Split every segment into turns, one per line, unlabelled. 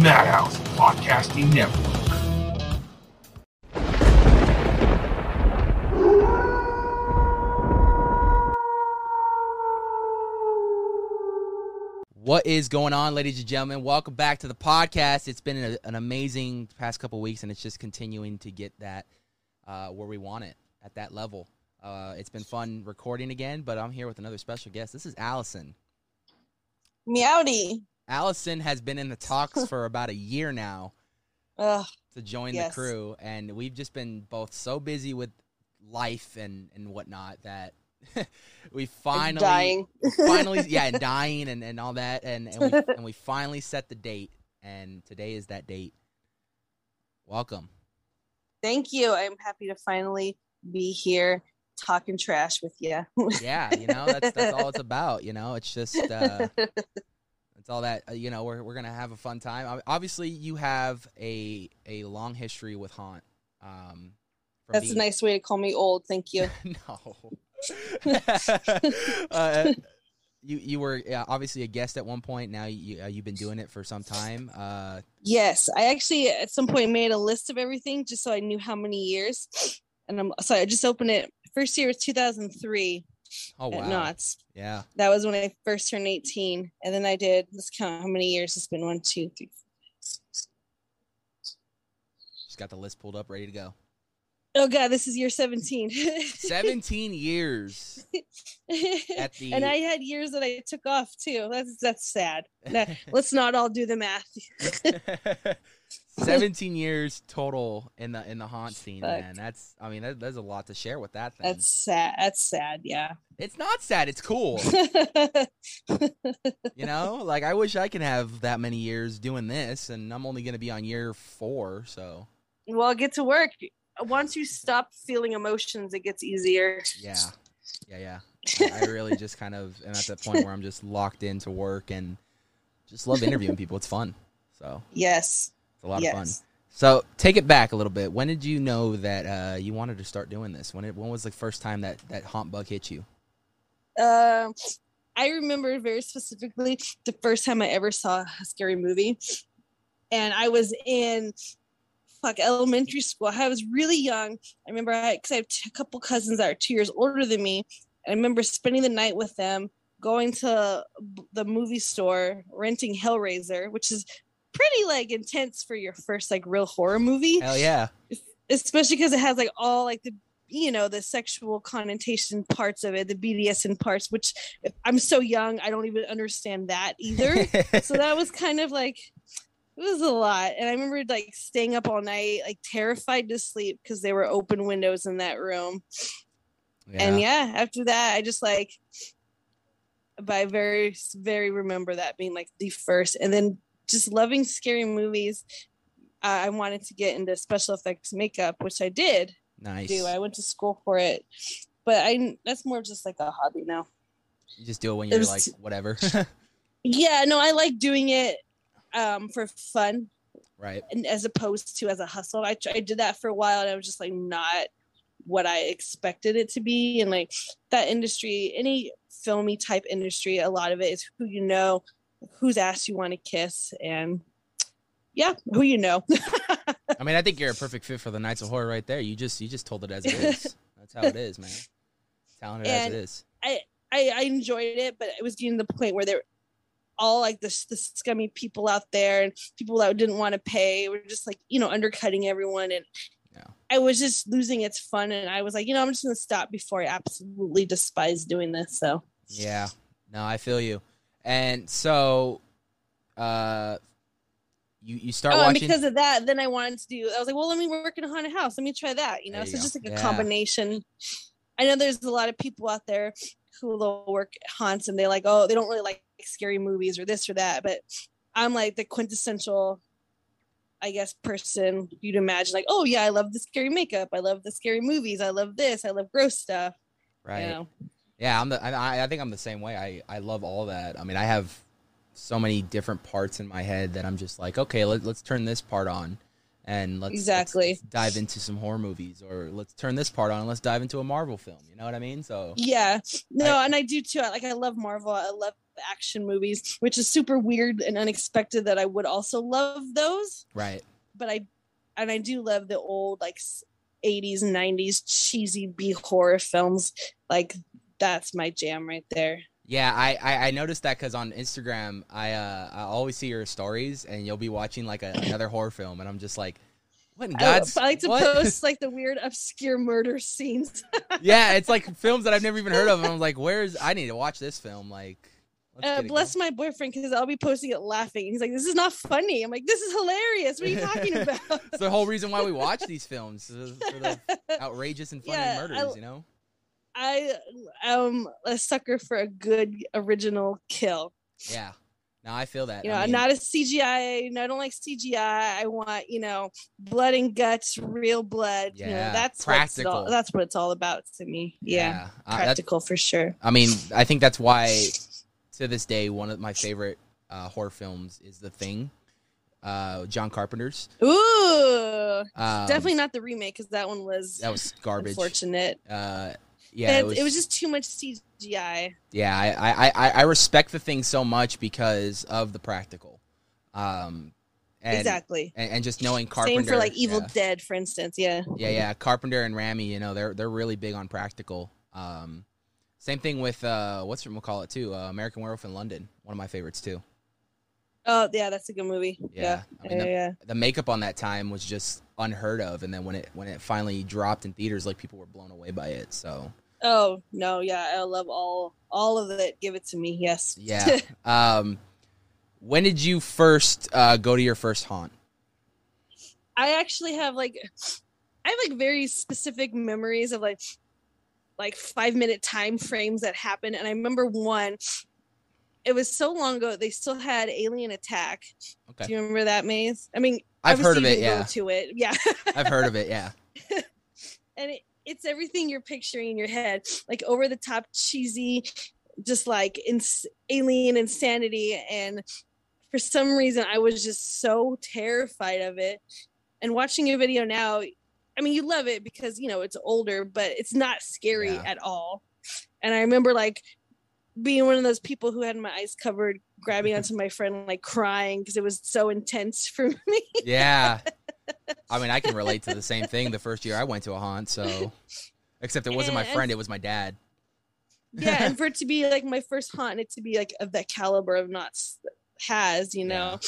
Madhouse Podcasting Network.
What is going on, ladies and gentlemen? Welcome back to the podcast. It's been a, an amazing past couple weeks, and it's just continuing to get that uh, where we want it at that level. Uh, it's been fun recording again, but I'm here with another special guest. This is Allison.
Meowdy.
Allison has been in the talks for about a year now
Ugh,
to join
Yes.
the crew, and we've just been both so busy with life and and whatnot that we finally
dying.
finally yeah and dying and, and all that and and we, and we finally set the date and today is that date welcome
Thank you. I'm happy to finally be here talking trash with you.
yeah you know that's that's all it's about you know it's just uh it's all that uh, you know we're, we're gonna have a fun time Ob- obviously you have a a long history with haunt um from
That's a
being-
nice way to call me old. Thank you.
no. uh, you you were yeah, obviously a guest at one point. Now you uh, you've been doing it for some time. Uh,
Yes, I actually at some point made a list of everything just so I knew how many years. And I'm sorry, I just opened it. First year was 2003
oh wow,
at Knott's.
yeah,
That was when I first turned 18. And then I did, let's count how many years it's been. One, two, three.
just got the list pulled up, ready to go.
Oh, God, this is year 17.
Seventeen years at the
and I had years that I took off too. That's that's sad. Now, let's not all do the math.
seventeen years total in the in the haunt scene.
Fuck.
Man, that's I mean that, there's a lot to share with that thing.
That's sad. That's sad. Yeah.
It's not sad. It's cool. you know, like I wish I could have that many years doing this, and I'm only gonna be on year four. So
well, get to work. Once you stop feeling emotions, it gets easier.
yeah, yeah, yeah. I I really just kind of am at that point where I'm just locked into work and just love interviewing people. It's fun. So
Yes.
it's a lot
yes.
of fun. So take it back a little bit. When did you know that uh, you wanted to start doing this? When it, when was the first time that that haunt bug hit you?
Um, I remember very specifically the first time I ever saw a scary movie, and I was in fuck elementary school. I was really young. I remember I because I have t- a couple cousins that are two years older than me, and I remember spending the night with them, going to b- the movie store, renting Hellraiser, which is pretty like intense for your first like real horror movie
Hell yeah!
especially because it has like all like the you know the sexual connotation parts of it the bdsm parts which i'm so young i don't even understand that either so that was kind of like it was a lot and i remember like staying up all night like terrified to sleep because there were open windows in that room and yeah after that i just like but i very very remember that being like the first and then just loving scary movies uh, i wanted to get into special effects makeup which i did
nice.
do. I went to school for it, but I that's more just like a hobby now.
You just do it when
It
you're
was
like
t-
whatever,
Yeah, no, I like doing it um for fun
right?
and as opposed to as a hustle. I, tr- I did that for a while and I was just like not what I expected it to be and like that industry, any filmy type industry, a lot of it is who you know, whose ass you want to kiss and yeah, who you know.
I mean, I think you're a perfect fit for the Knights of Horror right there. You just you just told it as it is. That's how it is, man. Talented as
And-
it is.
I, I enjoyed it, but it was getting to the point where they were all like the, the scummy people out there and people that didn't want to pay were just like, you know, undercutting everyone. And
Yeah.
I was just losing its fun. And I was like, you know, I'm just going to stop before I absolutely despise doing this. So,
Yeah. No, I feel you. And so, uh, you you start
oh, and
watching.
because of that, then I wanted to do, I was like, well, let me work in a haunted house. Let me try that, you know?
There you
so,
go.
just like a
Yeah.
combination. I know there's a lot of people out there who will work at haunts and they like, oh, they don't really like scary movies or this or that. But I'm like the quintessential, I guess, person you'd imagine, like, oh, yeah, I love the scary makeup. I love the scary movies. I love this. I love gross stuff.
right.
You know?
Yeah, I'm the. I, I- I think I'm the same way. I I love all that. I mean, I have so many different parts in my head that I'm just like, okay, let, let's turn this part on, and let's, let's-
Exactly.
let's dive into some horror movies or let's turn this part on and let's dive into a Marvel film. You know what I mean? So
Yeah. No, and I do too. I- Like I love Marvel. I love action movies, which is super weird and unexpected that I would also love those,
right,
but I and I do love the old like s- 80s and 90s cheesy B horror films. Like that's my jam right there.
yeah, I I, I noticed that because on Instagram, I uh, I always see your stories and you'll be watching like a, another horror film, and I'm just like, what in
I love-
God's
I like to
what?
post like the weird obscure murder scenes.
yeah, it's like films that I've never even heard of. And I'm like, where's I need to watch this film? Like, let's
Uh,
get it
bless my boyfriend because I'll be posting it laughing. He's like, "This is not funny." I'm like, "This is hilarious." What are you talking about?
going. It's the whole reason why we watch these films is for the outrageous and funny
Yeah,
murders.
I-
you know,
I am a sucker for a good original kill.
yeah. Now I feel that.
You know,
I
I'm
mean,
not a CGI. No, I don't like CGI. I want you know blood and guts, real blood. you know,
Yeah,
that's what it's all-
practical.
that's what it's all about to me. Yeah,
I- that-
practical for sure.
I mean, I think that's why to this day one of my favorite uh, horror films is The Thing, uh, John Carpenter's.
Ooh,
Um,
definitely not the remake because that one was
that was garbage.
unfortunate.
Uh, yeah,
Yeah, it, was, just too much CGI.
Yeah, I, I, I, I respect the thing so much because of the practical. Um, and,
exactly.
And, and just knowing Carpenter.
Same for like Evil
yeah.
Dead, for instance. Yeah.
Yeah, yeah. Carpenter and Rami, you know, they're they're really big on practical. Um, same thing with uh, what's we'll call it too, uh, American Werewolf in London. One of my favorites too.
Oh yeah, that's a good movie.
Yeah,
Yeah.
I mean,
yeah, yeah.
The makeup on that time was just unheard of, and then when it when it finally dropped in theaters, like people were blown away by it. So
Oh no, yeah, I love all all of it. Give it to me, yes.
yeah. um, when did you first uh, go to your first haunt?
I actually have like I have like very specific memories of like like five minute time frames that happened, and I remember one. It was so long ago. They still had Alien Attack.
Okay.
Do you remember that maze? I mean,
I've heard of it.
obviously you
Yeah,
didn't go To it, yeah.
I've heard of it. Yeah.
and it, it's everything you're picturing in your head like over the top cheesy just like ins- alien insanity and for some reason i was just so terrified of it and watching your video now i mean you love it because you know it's older but it's not scary
Yeah.
at all and i remember like being one of those people who had my eyes covered grabbing onto my friend like crying because it was so intense for me
Yeah. I mean, I can relate to the same thing the first year I went to a haunt, so except it wasn't my
And I-
friend, it was my dad.
yeah and for it to be like my first haunt and it to be like of that caliber of knots has you know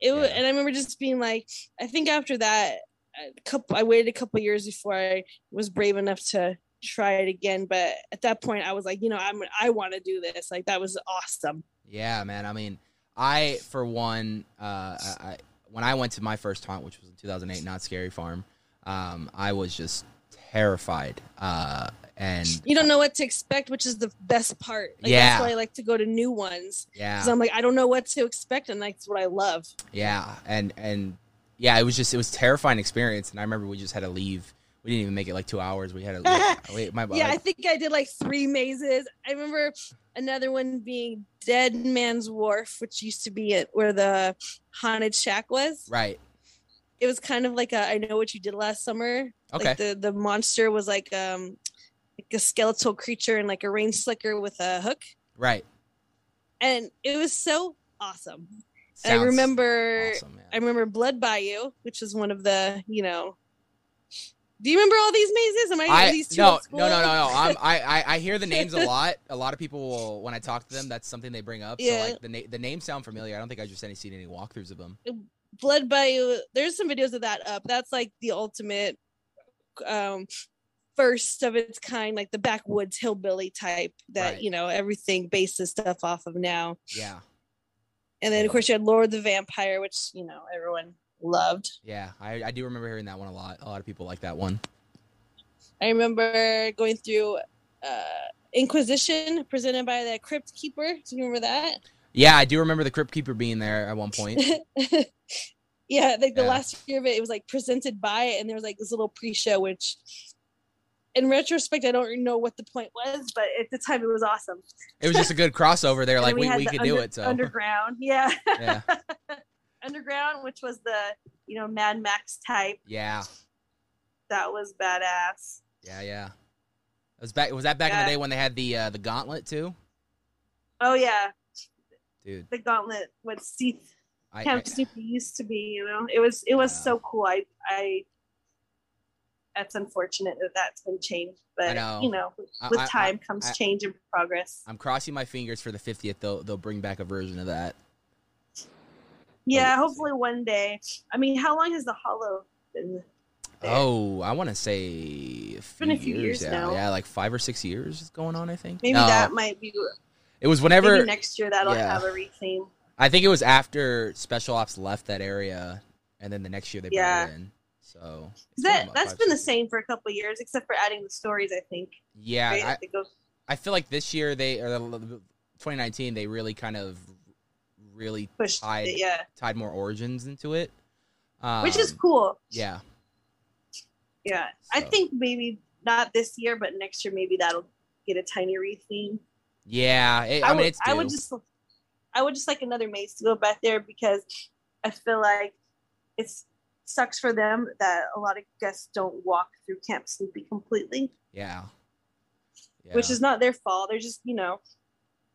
it wa
Yeah.
and i remember just being like i think after that a couple i waited a couple years before i was brave enough to try it again but at that point i was like you know i'm i want to do this like that was awesome
Yeah, man. I mean, I for one, uh, I, I when I went to my first haunt, which was in 2008, not Scary Farm, um, I was just terrified. Uh, and
you don't know what to expect which is the best part like
Yeah.
that's why i like to go to new ones
yeah,
because i'm like i don't know what to expect and that's what i love
yeah, and and yeah, it was just it was a terrifying experience. And I remember we just had to leave. We didn't even make it like two hours. We had to wait. My
yeah, I think I did like three mazes. I remember another one being Dead Man's Wharf, which used to be it where the haunted shack was.
right.
It was kind of like a I know what you did last summer.
Okay.
Like the the monster was like um like a skeletal creature and like a rain slicker with a hook,
right.
and it was so awesome. And I
Sounds
remember
awesome, man.
I remember Blood Bayou, which is one of the you know. Do you remember all these mazes? Am I, are
I
these two
no,
old
no no no
school?
no I'm, I, I I hear the names a lot. A lot of people will when I talk to them, that's something they bring up.
Yeah.
So like the na- the names sound familiar. I don't think I just any seen any walkthroughs of them.
Blood Bayou. There's some videos of that up. That's like the ultimate um first of its kind, like the backwoods hillbilly type that
Right.
you know everything bases stuff off of now.
Yeah,
And then of course you had Lord the Vampire, which you know everyone loved.
yeah. I, I do remember hearing that one a lot. A lot of people like that one.
I remember going through uh Inquisition presented by the Crypt Keeper. Do you remember that?
Yeah, I do remember the Crypt Keeper being there at one point.
yeah, like the
Yeah.
last year of it, it was like presented by it, and there was like this little pre-show, which in retrospect, I don't know what the point was, but at the time it was awesome.
It was just a good crossover. They're
And
like,
then
we,
had
we
the
could do
under-
it. So
underground, yeah,
yeah,
underground, which was the you know, Mad Max type.
Yeah,
That was badass.
yeah, yeah. It was back. Was that back in
Yeah.
the day when they had the uh, the gauntlet too,
Oh yeah,
dude?
the gauntlet what Steve
I, I
Camp Snoopy used to be. You know, it was it was
Yeah.
so cool. I I. That's unfortunate that that's been changed, but
know.
you know, with,
I-
with
I- I-
time comes
I-
change and progress.
I'm crossing my fingers for the 50th. They'll they'll bring back a version of that.
yeah, hopefully one day. I mean, how long has the Hollow been? there?
Oh, I want to say a few,
been a few years now.
Yeah, like five or six years is going on. I think
Maybe
No,
that might be.
It was whenever
maybe next year that'll
yeah.
have a retheme.
I think it was after Special Ops left that area, and then the next year they
Yeah.
brought it in. So it's
That
about
that's
five,
been the
six
same for a couple of years, except for adding the stories. I think.
years. Yeah,
right?
I,
They go-
I feel like this year they or the- the- 2019 they really kind of really
pushed
tied-
it, yeah,
tied more origins into it, um,
which is cool.
yeah.
Yeah, I
so-
think maybe not this year, but next year maybe that'll get a tiny retheme.
Yeah, it, I, mean
would,
it's
I would
due.
just, I would just like another maze to go back there because I feel like it's sucks for them that a lot of guests don't walk through Camp Snoopy completely,
yeah, yeah.
which is not their fault. They're just you know.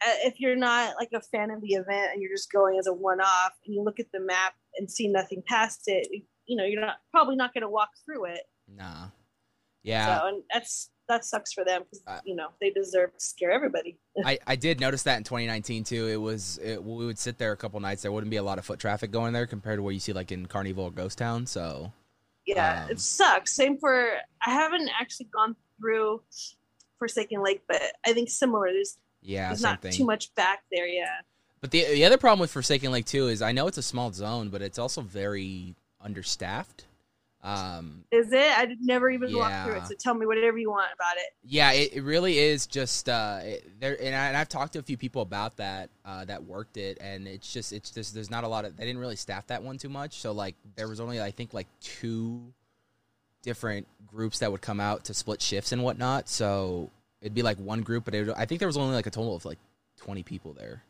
uh, If you're not like a fan of the event and you're just going as a one-off, and you look at the map and see nothing past it, you know you're not probably not going to walk through it.
nah, yeah. Uh,
So and that's that sucks for them because
I-
you know they deserve to scare everybody.
I, I did notice that in 2019 too. It was it, we would sit there a couple nights. There wouldn't be a lot of foot traffic going there compared to what you see like in Carnival or Ghost Town. So
Yeah,
Um,
it sucks. Same for I haven't actually gone through Forsaken Lake, but I think similar. There's
yeah,
there's
same
not
thing.
too much back there. Yeah,
But the the other problem with Forsaken Lake too is I know it's a small zone, but it's also very understaffed. Um,
is it? I did never even walk through
Yeah.
it. So tell me whatever you want about it.
yeah, it, it really is just uh, it, there, and, I, and I've talked to a few people about that uh, that worked it, and it's just it's just there's not a lot of they didn't really staff that one too much. So like there was only I think like two different groups that would come out to split shifts and whatnot. So it'd be like one group, but it would, I think there was only like a total of like 20 people there.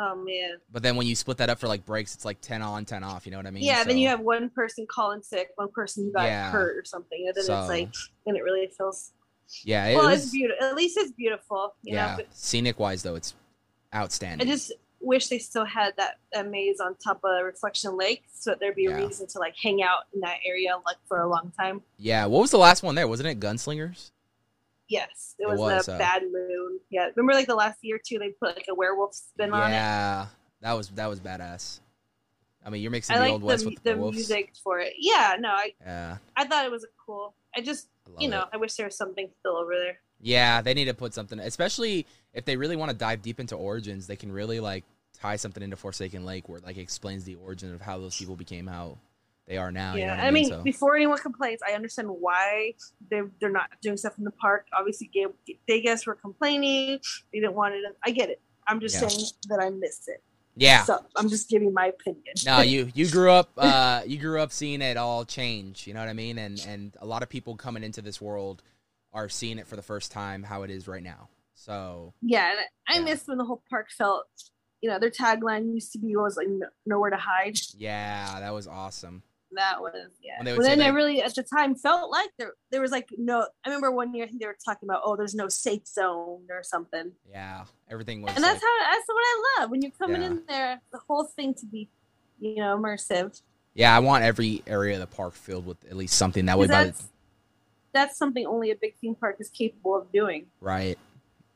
Oh man.
But then when you split that up for like breaks, it's like 10 on, 10 off. You know what I mean?
yeah, then
So-
you have one person calling sick, one person who got
Yeah.
hurt or something, and then
So-
it's like, then it really feels.
Yeah, it
well,
was,
it's beautiful. At least it's beautiful. You
yeah,
know, but
scenic wise though, it's
I
outstanding.
just wish they still had that, that maze on top of Reflection Lake, so that there'd be
Yeah.
a reason to like hang out in that area like for a long time.
yeah, what was the last one there? Wasn't it Gunslingers?
Yes, it
It
was,
was,
the
uh,
bad moon. Yeah, remember like the last year or two, they put like a werewolf spin on it.
yeah, that was that was badass. I mean, you're mixing
I
the
like
old
the,
west
mu-
with the,
the
wolves.
music for it. Yeah, no, I,
Yeah,
I thought it was cool. I just,
I love
you know,
it.
I wish there was something still over there.
Yeah, they need to put something, especially if they really want to dive deep into origins. They can really like tie something into Forsaken Lake, where it, like explains the origin of how those people became how they are now. you know
yeah,
what
I mean,
so,
before anyone complains, I understand why they they're not doing stuff in the park. Obviously, gay, gay guests were complaining. They didn't want it. I get it. I'm just
Yeah.
saying that I missed it.
yeah.
So I'm just giving my opinion.
no, you you grew up uh, you grew up seeing it all change. You know what I mean? And and a lot of people coming into this world are seeing it for the first time how it is right now. So
Yeah, and I, I
Yeah.
miss when the whole park felt. You know, their tagline used to be was like "No- nowhere to hide.
yeah, that was awesome.
That was yeah.
When they would
Well,
say
then I
that-
really at the time felt like there there was like no. I remember one year I think they were talking about oh there's no safe zone or something,
Yeah, everything was.
and that's
like-
how that's what I love when you're coming
Yeah.
in there the whole thing to be, you know, immersive.
yeah, I want every area of the park filled with at least something that
'Cause
way. By the,
that's that's something only a big theme park is capable of doing,
right,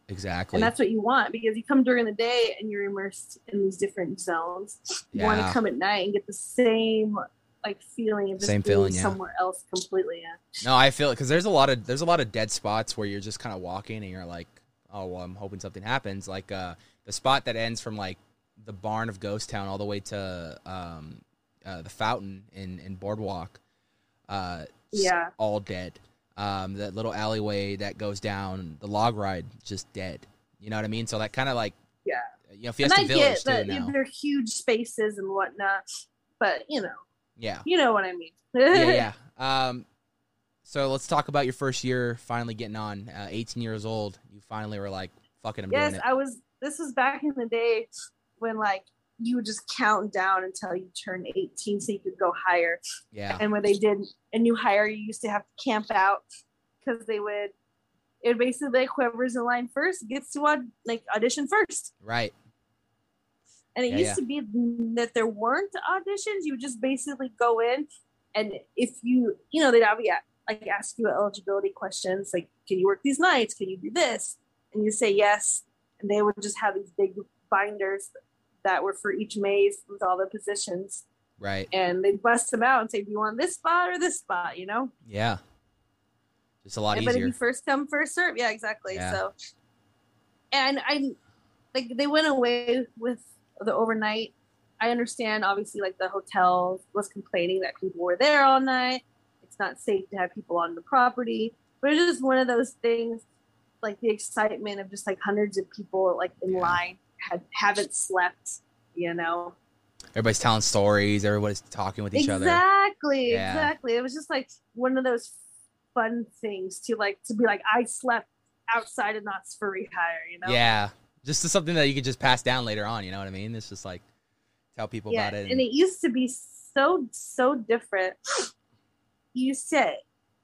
exactly.
and that's what you want because you come during the day and you're immersed in these different zones. You want
Yeah.
to come at night and get the same like feeling of just
Same
being
feeling, yeah.
somewhere else completely. Yeah.
No, I feel it because there's a lot of there's a lot of dead spots where you're just kind of walking and you're like, oh well, I'm hoping something happens. Like uh, the spot that ends from like the barn of Ghost Town all the way to um, uh, the fountain in in Boardwalk. Uh, just
Yeah.
all dead. Um, that little alleyway that goes down the log ride just dead. You know what I mean? So that kind of like
Yeah.
you know
and
Fiesta
I
Village
get
too
that
now.
they're huge spaces and whatnot, but you know,
Yeah.
you know what I mean.
yeah, yeah. Um, so let's talk about your first year finally getting on. Uh, 18 years old, you finally were like, "Fuck it, I'm
yes,
doing it."
I was. This was back in the day when like you would just count down until you turned 18 so you could go higher.
Yeah.
And when they did a new hire, you used to have to camp out because they would. It would basically like whoever's in line first gets to aud- like audition first.
Right.
And it
Yeah,
used
yeah.
to be that there weren't auditions. You would just basically go in, and if you, you know, they'd be a- like ask you eligibility questions, like, can you work these nights? Can you do this? And you say yes, and they would just have these big binders that were for each maze with all the positions,
Right.
and they'd bust them out and say, do you want this spot or this spot? You know,
Yeah. Just a lot
Yeah, but if
easier.
you first come, first serve, yeah, exactly.
Yeah.
So, and I like they went away with the overnight. I understand, obviously, like the hotel was complaining that people were there all night. It's not safe to have people on the property, but it's just one of those things, like the excitement of just like hundreds of people like in
Yeah.
line had haven't slept, you know.
Everybody's telling stories. Everybody's talking with each other.
Exactly,
Yeah.
exactly. It was just like one of those fun things to like to be like, I slept outside of Knott's Furry Hire, you know?
Yeah. Just something that you could just pass down later on. You know what I mean? It's just like tell people
Yeah,
about it.
And it used to be so so different. You said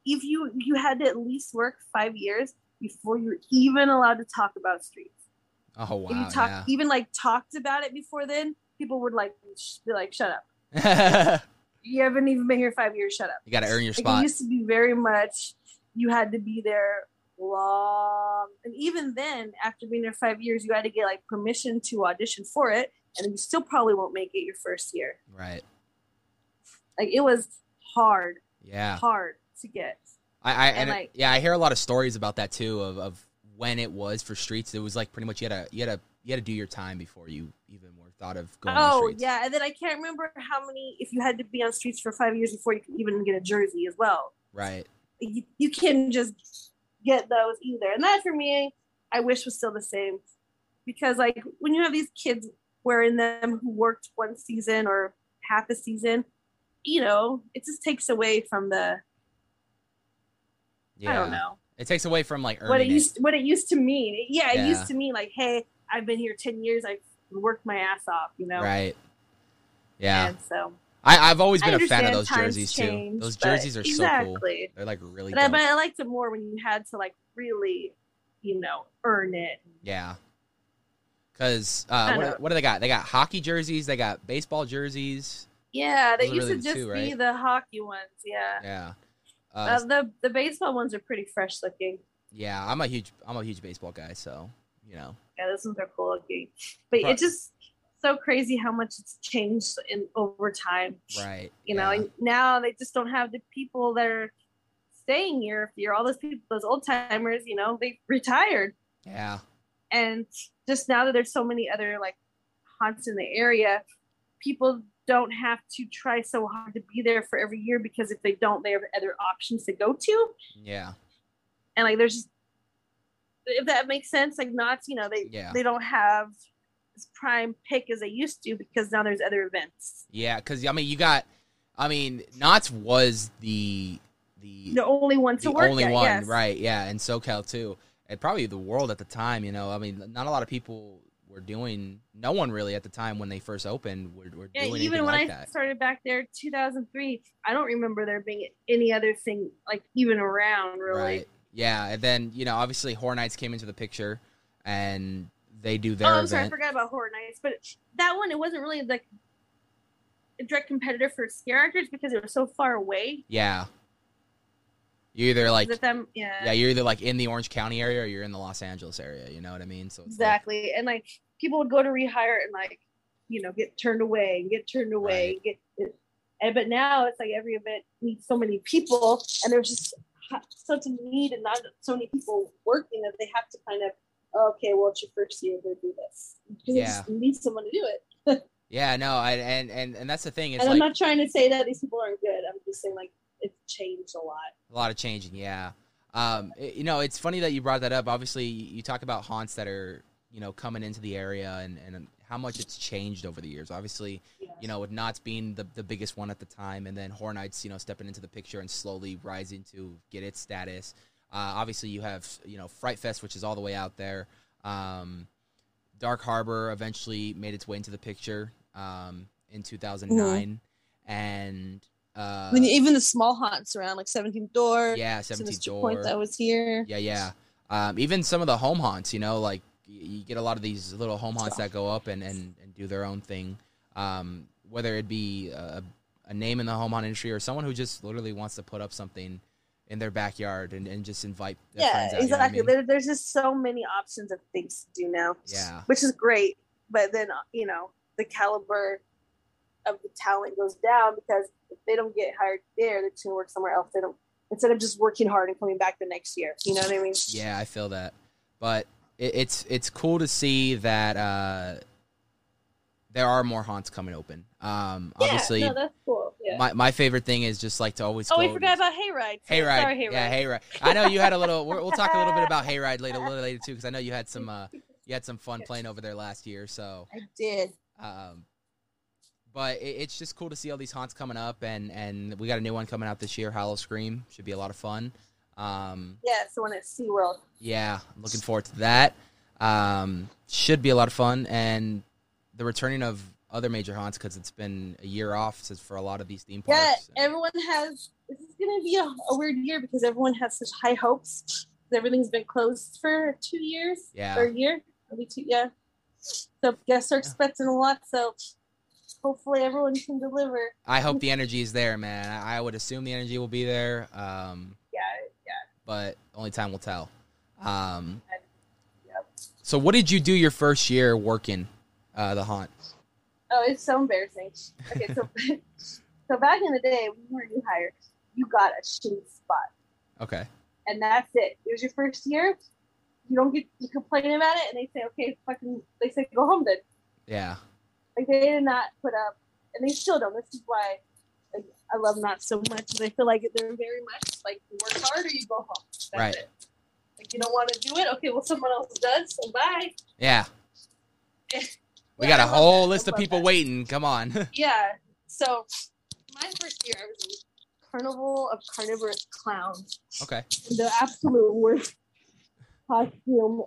if you you had to at least work five years before you were even allowed to talk about streets.
oh wow.
if you talk
yeah.
even like talked about it before then, people would like sh- be like, shut up. You haven't even been here five years, shut up.
you got to earn your
Like,
spot.
It used to be very much you had to be there long, and even then, after being there five years, you had to get like permission to audition for it, and you still probably won't make it your first year.
Right.
Like it was hard,
Yeah.
hard to get.
I, I
and,
and, it-
like-
yeah, I hear a lot of stories about that too of, of when it was for streets. It was like pretty much you had to you had to you had to do your time before you even were thought of going. on
Oh
streets.
yeah, and then I can't remember how many. If you had to be on streets for five years before you could even get a jersey as well,
Right.
you, you can just get those either. And that for me, I wish was still the same because like when you have these kids wearing them who worked one season or half a season, you know, it just takes away from the
Yeah.
I don't know
It takes away from like earning
what it
it.
used what it used to mean. Yeah, it
Yeah.
used to mean like, hey, I've been here ten years, I've worked my ass off, you know.
Right. Yeah.
And so
I, I've always
I
been a fan of
understand
those
times
jerseys too.
change,
Those
but-
jerseys are so cool.
exactly.
They're like really
But I,
dope.
but I liked it more when you had to like really, you know, earn it.
Yeah. Cause
I
uh,
know.
what, what do they got? They got hockey jerseys. They got baseball jerseys.
Yeah, they
Those are
used
really
to
the
just
two,
be
right?
the hockey ones. Yeah,
Yeah. Uh,
uh, the the baseball ones are pretty fresh looking.
yeah. I'm a huge I'm a huge baseball guy. So you know.
Yeah, those ones are cool looking. But
Right.
it's just so crazy how much it's changed in over time.
Right.
You know,
yeah.
and now they just don't have the people that are staying here. If you're all those people, those old timers, you know, they retired.
Yeah.
and just now that there's so many other like haunts in the area people don't have to try so hard to be there for every year because if they don't they have other options to go to
Yeah.
and like there's just if that makes sense like not you know they
Yeah.
they don't have as prime pick as they used to because now there's other events
Yeah. Because I mean, you got. I mean, Knott's was the the
the only one to
the
work
only
at,
one,
yes.
right? Yeah, and SoCal too, and probably the world at the time. You know, I mean, not a lot of people were doing. No one really at the time when they first opened were, were
Yeah,
doing
even
anything
when
like
I
that.
started back there, 2003, I don't remember there being any other thing like even around really. Oh,
Right? Yeah, and then you know, obviously, Horror Nights came into the picture, and they do their
oh, I'm
event.
sorry, I forgot about Horror Nights, but that one it wasn't really like a direct competitor for Scare Actors because it was so far away.
Yeah, you either like
with them, yeah,
yeah, you're either like in the Orange County area or you're in the Los Angeles area. You know what I mean? So it's like-
exactly. And like people would go to rehire and like you know get turned away and get turned away. and Get, and but now it's like every event needs so many people, and there's just ho- such a need and not so many people working that they have to kind of oh, okay, well it's your first year, go do this. Because they just need someone to do it.
yeah, no, I, and and and that's the thing. It's
and
like
I'm not trying to say that these people aren't good. I'm just saying like it's changed a lot.
A lot of changing, yeah. Um, it- you know, it's funny that you brought that up. Obviously, you talk about haunts that are, you know, coming into the area and, and how much it's changed over the years. Obviously,
Yeah.
you know, with Knott's being the, the biggest one at the time and then Horror Nights, you know, stepping into the picture and slowly rising to get its status. Uh, obviously, you have, you know, Fright Fest, which is all the way out there. Um, Dark Harbor eventually made its way into the picture. um, in 2009, and uh,
I mean, even Mm-hmm. the small haunts around like 17th door,
yeah,
Sinister
17th door,
point that was here.
yeah, yeah. Um, even some of the home haunts, you know, like y- you get a lot of these little home haunts that go up and, and, and do their own thing. Um, whether it be a, a name in the home haunt industry or someone who just literally wants to put up something in their backyard and, and just invite their
yeah
friends out. you know what I
exactly
mean?
there, there's just so many options of things to do now
Yeah.
which is great but then uh, you know the caliber of the talent goes down because if they don't get hired there they're going to work somewhere else they don't instead of just working hard and coming back the next year you know what i mean
Yeah, I feel that, but it, it's it's cool to see that uh, there are more haunts coming open. Um, obviously,
no, that's cool yeah
my, my favorite thing is just like to always.
oh
go
we forgot about hayride
Hayride.
Sorry, Hayride.
Yeah, Hayride. I know you had a little. We're, we'll talk a little bit about Hayride later, a little later too, because I know you had some. Uh, you had some fun playing over there last year, so.
i did
Um, but it, it's just cool to see all these haunts coming up, and and we got a new one coming out this year. Hollow Scream should be a lot of fun. Um,
yeah so when it's seaworld
yeah, I'm looking forward to that. Um, should be a lot of fun, and the returning of other major haunts because it's been a year off since for a lot of these theme
Yeah,
parks.
everyone has. This is gonna be a, a weird year because everyone has such high hopes. Everything's been closed for two years
Yeah.
or a year, maybe two. Yeah. So guests are expecting a lot. So hopefully everyone can deliver.
I hope the energy is there, man. I, I would assume the energy will be there, um,
Yeah.
but only time will tell. Um,
Yep.
so, what did you do your first year working uh, the haunt?
Oh, it's so embarrassing. Okay, so so back in the day, we were new hire. You got a shitty spot.
Okay,
and that's it. It was your first year. You don't get you complain about it, and they say, "Okay, fucking." They say, "Go home then."
yeah,
Like they did not put up, and they still don't. This is why like, I love not so much. They feel like they're very much like you work hard or you go home. That's
Right.
it. Like you don't want to do it. Okay, well someone else does. So bye.
yeah. We
Yeah,
got a
I love
whole
that. I
list of
love
people
that.
waiting. Come on.
Yeah. So my first year, I was in Carnival of Carnivorous Clowns,
okay.
the absolute worst costume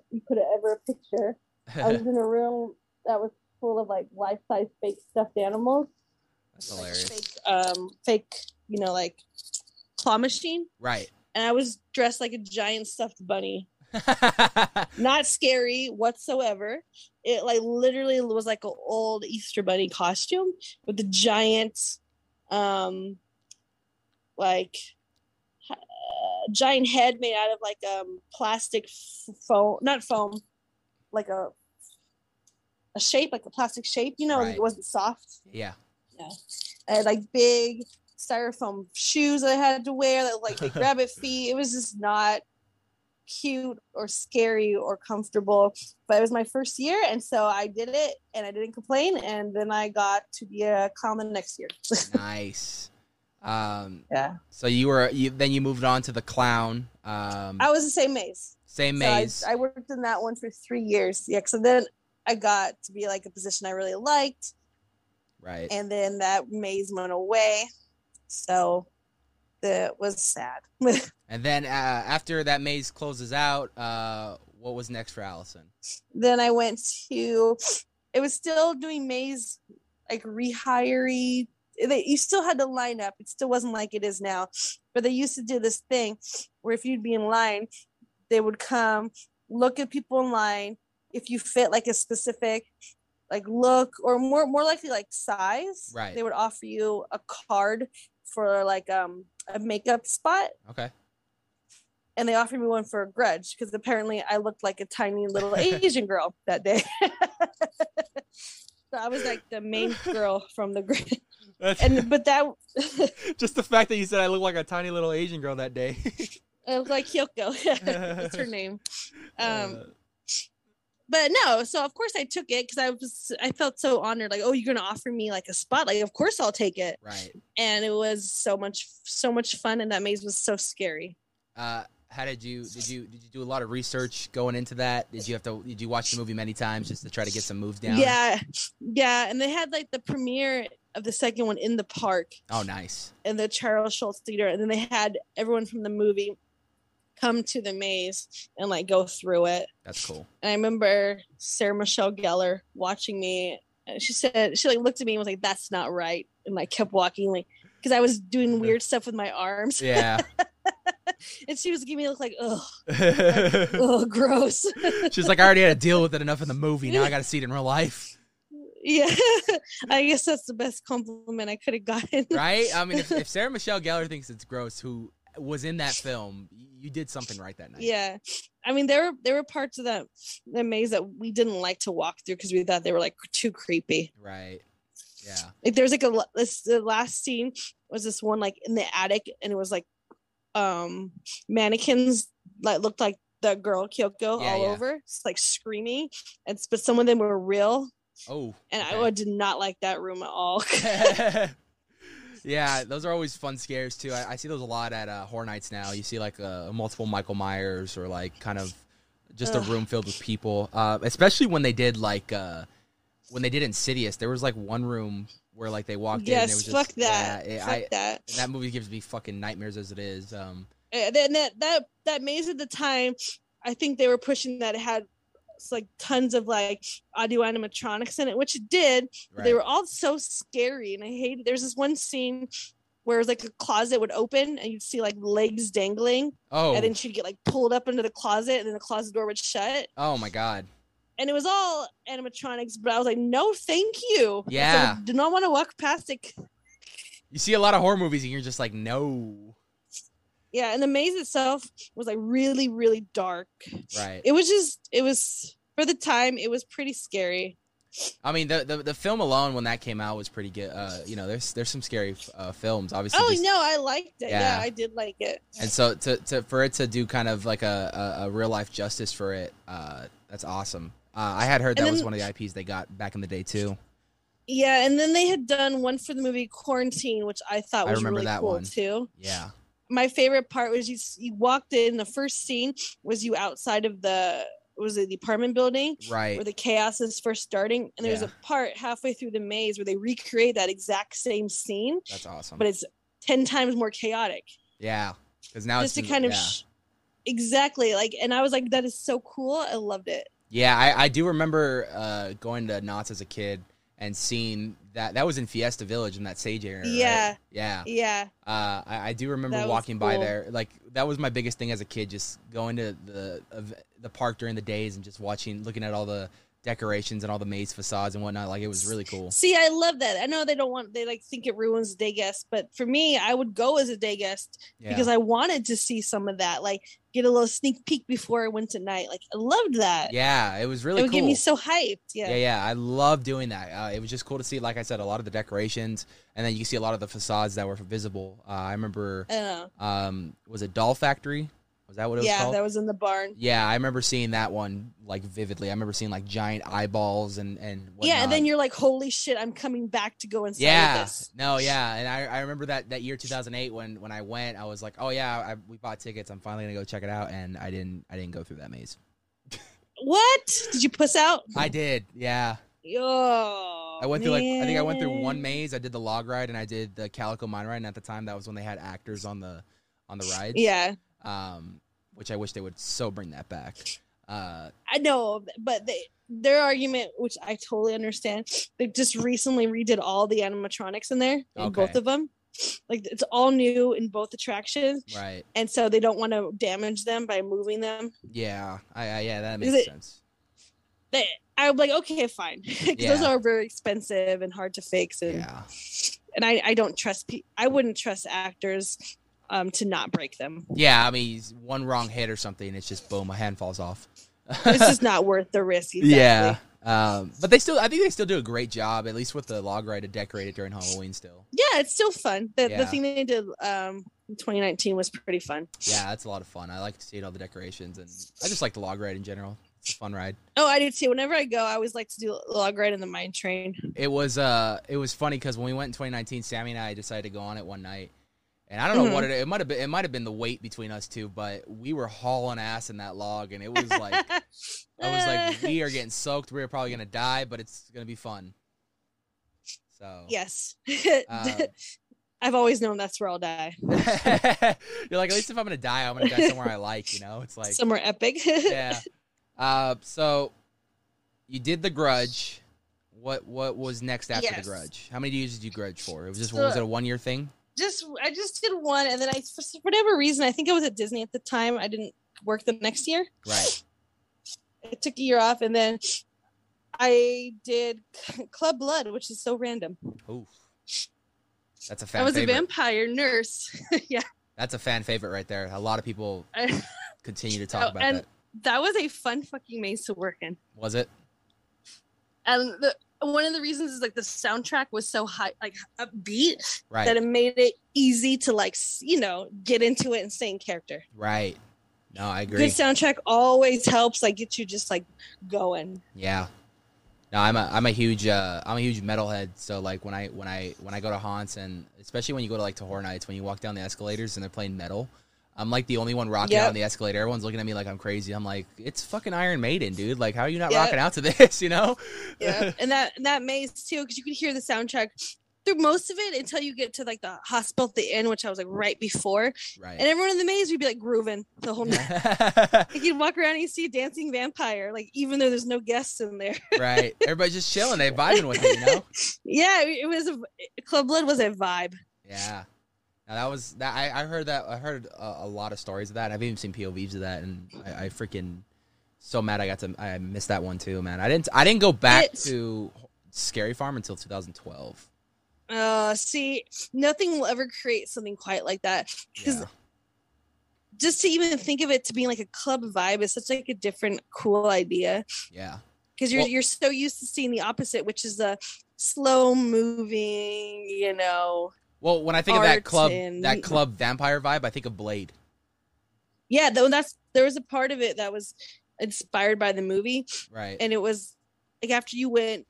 you could ever picture. I was in a room that was full of like life size fake stuffed animals,
That's hilarious.
fake,
Um, fake, you know, like claw machine.
Right.
And I was dressed like a giant stuffed bunny. Not scary whatsoever. It like literally was like an old Easter bunny costume with the giant, um, like uh, giant head made out of like um plastic f- foam, not foam, like a a shape, like a plastic shape. You know,
Right.
it wasn't soft.
yeah.
I had uh, like big styrofoam shoes that I had to wear that like big rabbit feet. It was just not cute or scary or comfortable. But it was my first year and so I did it and I didn't complain and then I got to be a common next year.
Nice. Um,
Yeah.
So you were you then you moved on to the clown. Um,
I was the same maze.
same
So I-
maze.
I, worked in that one for three years. Yeah. So then I got to be like a position I really liked.
right.
And then that maze went away. So that was sad.
And then uh, after that maze closes out, uh, what was next for Allison?
then I went to it was still doing maze like rehirey. They, you still had to line up. It still wasn't like it is now. But they used to do this thing where if you'd be in line, they would come look at people in line. If you fit like a specific like look or more more likely like size,
Right.
they would offer you a card for like um a makeup spot
Okay.
and they offered me one for a grudge because apparently I looked like a tiny little Asian girl that day. so I was like the main girl from the grudge. And but that
just the fact that you said I look like a tiny little Asian girl that day.
I was like Kyoko. That's her name. Um,
Uh.
but no, so of course I took it because I was I felt so honored. Like, oh, you're gonna offer me like a spot. Like, of course I'll take it.
right.
And it was so much so much fun, and that maze was so scary.
Uh, how did you did you did you do a lot of research going into that? Did you have to did you watch the movie many times just to try to get some moves down?
Yeah, yeah. And they had like the premiere of the second one in the park.
Oh, nice.
in the Charles Schultz Theater, and then they had everyone from the movie come to the maze and like go through it.
That's cool.
And I remember Sarah Michelle Gellar watching me, and And she said she like looked at me and was like, "That's not right," and like kept walking, like because I was doing weird stuff with my arms,
Yeah.
and she was giving me a look like, "Ugh,
She's
ugh, gross."
like, I already had to deal with it enough in the movie. Now I got to see it in real life,
yeah, I guess that's the best compliment I could have gotten.
right? I mean, if, if Sarah Michelle Gellar thinks it's gross, who was in that film, you did something right that night.
Yeah, I mean there were there were parts of that that maze that we didn't like to walk through because we thought they were like too creepy.
Right. Yeah.
Like there's like a l- this the last scene was this one like in the attic and it was like um mannequins that looked like the girl Kyoko
Yeah,
all
yeah.
over, s- like screaming, and s- but some of them were real,
Oh.
and I
okay.
would- did not like that room at all.
yeah, those are always fun scares too. I, I see those a lot at uh, horror nights now. You see like uh, multiple Michael Myers or like kind of just
Ugh.
a room filled with people. Uh, especially when they did like uh, when they did Insidious, there was like one room where like they walked in. And it
yes,
was just,
fuck that,
Yeah, it-
fuck
I,
that.
and that movie gives me fucking nightmares as it is. Um,
Uh, then that that that maze at the time, I think they were pushing that it had s- like tons of like audio animatronics in it, which it did. but
right.
They were all so scary, and I hated. There's this one scene where it was like a closet would open and you'd see like legs dangling,
oh,
and then she'd get like pulled up into the closet, and then the closet door would shut,
oh my god.
and it was all animatronics. But I was like, no, thank you. Like,
Yeah.
I do not want to walk past it.
You see a lot of horror movies and you're just like, no,
Yeah, and the maze itself was like really, really dark.
right?
it was just it was for the time it was pretty scary
I mean, the, the the film alone when that came out was pretty good. Uh, you know, there's there's some scary uh, films, obviously.
oh
just-
no i liked it yeah.
Yeah.
i did like it
And so to, to for it to do kind of like a, a, a real life justice for it, uh, that's awesome. Uh, I had heard that
And
was
then-
one of the IPs they got back in the day too.
yeah and then they had done one for the movie quarantine which i thought
I
was
remember
really
that
cool
one.
too
Yeah.
my favorite part was you, s- you walked in the first scene was you outside of the was it the apartment building where
Right.
the chaos is first starting and there's
Yeah.
a part halfway through the maze where they recreate that exact same scene
That's awesome.
but it's 10 times more chaotic
yeah. Because now
just to
it's
kind of
yeah.
sh- exactly like and i was like that is so cool i loved it
Yeah, I, I do remember uh, going to Knott's as a kid and seeing that that was in Fiesta Village in that Sage area. right?
Yeah.
Yeah.
yeah
Uh, I, I do
That
remember
was
walking by
cool.
there. Like that was my biggest thing as a kid, just going to the of the park during the days and just watching, looking at all the decorations and all the maze facades and whatnot. Like it was really cool.
see i love that i know they don't want they like think it ruins day guest but for me i would go as a day guest
Yeah.
because i wanted to see some of that like get a little sneak peek before i went at night like i loved that
yeah, it was really
it would
cool.
get me so hyped yeah
yeah, yeah, I love doing that. Uh, it was just cool to see, like I said, a lot of the decorations, and then you see a lot of the facades that were visible. Uh, I remember,
i don't know
um, was it Doll Factory? Was that what it was
yeah
called?
that was in the barn
yeah, I remember seeing that one like vividly. I remember seeing like giant eyeballs and and
yeah and
whatnot.
then you're like holy shit i'm coming back to go inside yeah.
Yeah.
with this
No, yeah. And I, I remember that, that year 2008 when, when I went, I was like, oh yeah, I, we bought tickets. I'm finally going to go check it out. And I didn't, I didn't go through that maze.
what did you puss out
I did. Yeah.
oh
I went through like, I think I went through
man.
one maze. I did the log ride and I did the Calico Mine Ride. And at the time that was when they had actors on the, on the rides.
yeah
Um, which I wish they would so bring that back. Uh,
I know, but they their argument, which I totally understand, they just recently redid all the animatronics in there, in both
Okay.
of them. Like it's all new in both attractions,
right.
and so they don't want to damage them by moving them.
Yeah. I, I yeah, that
Is
makes
it-
sense.
They, I'm like, okay, fine, 'Cause those
Yeah.
are very expensive and hard to fix, and
Yeah.
and I I don't trust pe- I wouldn't trust actors um to not break them.
Yeah. I mean, one wrong hit or something. It's just boom, my hand falls off.
It's just not worth the risk.
Yeah.
exactly.
Um, but they still, I think they still do a great job, at least with the log ride to decorate it during Halloween still.
yeah, it's still fun. The the
Yeah.
thing they did um in 2019 was pretty fun.
Yeah, that's a lot of fun. I like seeing all the decorations and I just like the log ride in general. It's a fun ride.
Oh, I do too. Whenever I go, I always like to do log ride in the mine train.
It was, uh, it was funny because when we went in 2019, Sammy and I decided to go on it one night. And I don't know what it, it might have been. It might have been the weight between us two, but we were hauling ass in that log, and it was like I was like, we are getting soaked. We are probably gonna die, but it's gonna be fun. So
yes.
uh,
I've always known that's where I'll die.
You're like, at least if I'm gonna die, I'm gonna die somewhere I like. You know, it's like,
Somewhere epic.
yeah. Uh, so you did the Grudge. What what was next after
Yes.
the Grudge? How many years did you Grudge for? It was just
So-
was it a one year thing?
just I just did one, and then I for whatever reason I think I was at Disney at the time. I didn't work the next year.
Right.
I took a year off, and then I did Club Blood, which is so random.
Oof. That's a fan
I was
favorite.
a vampire nurse. yeah,
That's a fan favorite right there. A lot of people
I-
continue to talk
Oh,
about
and-
that.
that was a fun fucking maze to work in.
Was it?
And the, one of the reasons is like the soundtrack was so high, like upbeat,
Right.
that it made it easy to like s- you know get into it and stay in character.
right. No, I agree.
Good soundtrack always helps, like get you just like going.
Yeah. No, I'm a I'm a huge uh, I'm a huge metalhead. So like when I when I when I go to haunts and especially when you go to like to horror nights when you walk down the escalators and they're playing metal, I'm like the only one rocking
Yep.
out on the escalator. Everyone's looking at me like I'm crazy. I'm like it's fucking Iron Maiden, dude. Like how are you not
Yep.
rocking out to this? You know?
yeah and that and that maze too because you can hear the soundtrack through most of it until you get to like the hospital at the end which i was like right before and
right.
everyone in the maze would be like grooving the whole night like you'd walk around and you see a dancing vampire like even though there's no guests in there
right. Everybody's just chilling. They vibing with it. You know?
yeah it it was a, club blood was a vibe
Yeah. Now that was that. I, I heard that. I heard a, a lot of stories of that. and I've even seen POVs of that, and I, I freaking so mad I got to. I missed that one too, man. I didn't. I didn't go back
It's-
to Scary Farm until 2012.
uh see nothing will ever create something quite like that because
Yeah.
just to even think of it to being like a club vibe is such like a different cool idea
Yeah.
because you're
Well-
you're so used to seeing the opposite, which is a slow moving, you know,
Well, when I think of that
Arts
club,
and-
that club vampire vibe, I think of Blade.
yeah. Though that's there was a part of it that was inspired by the movie,
Right.
and it was like after you went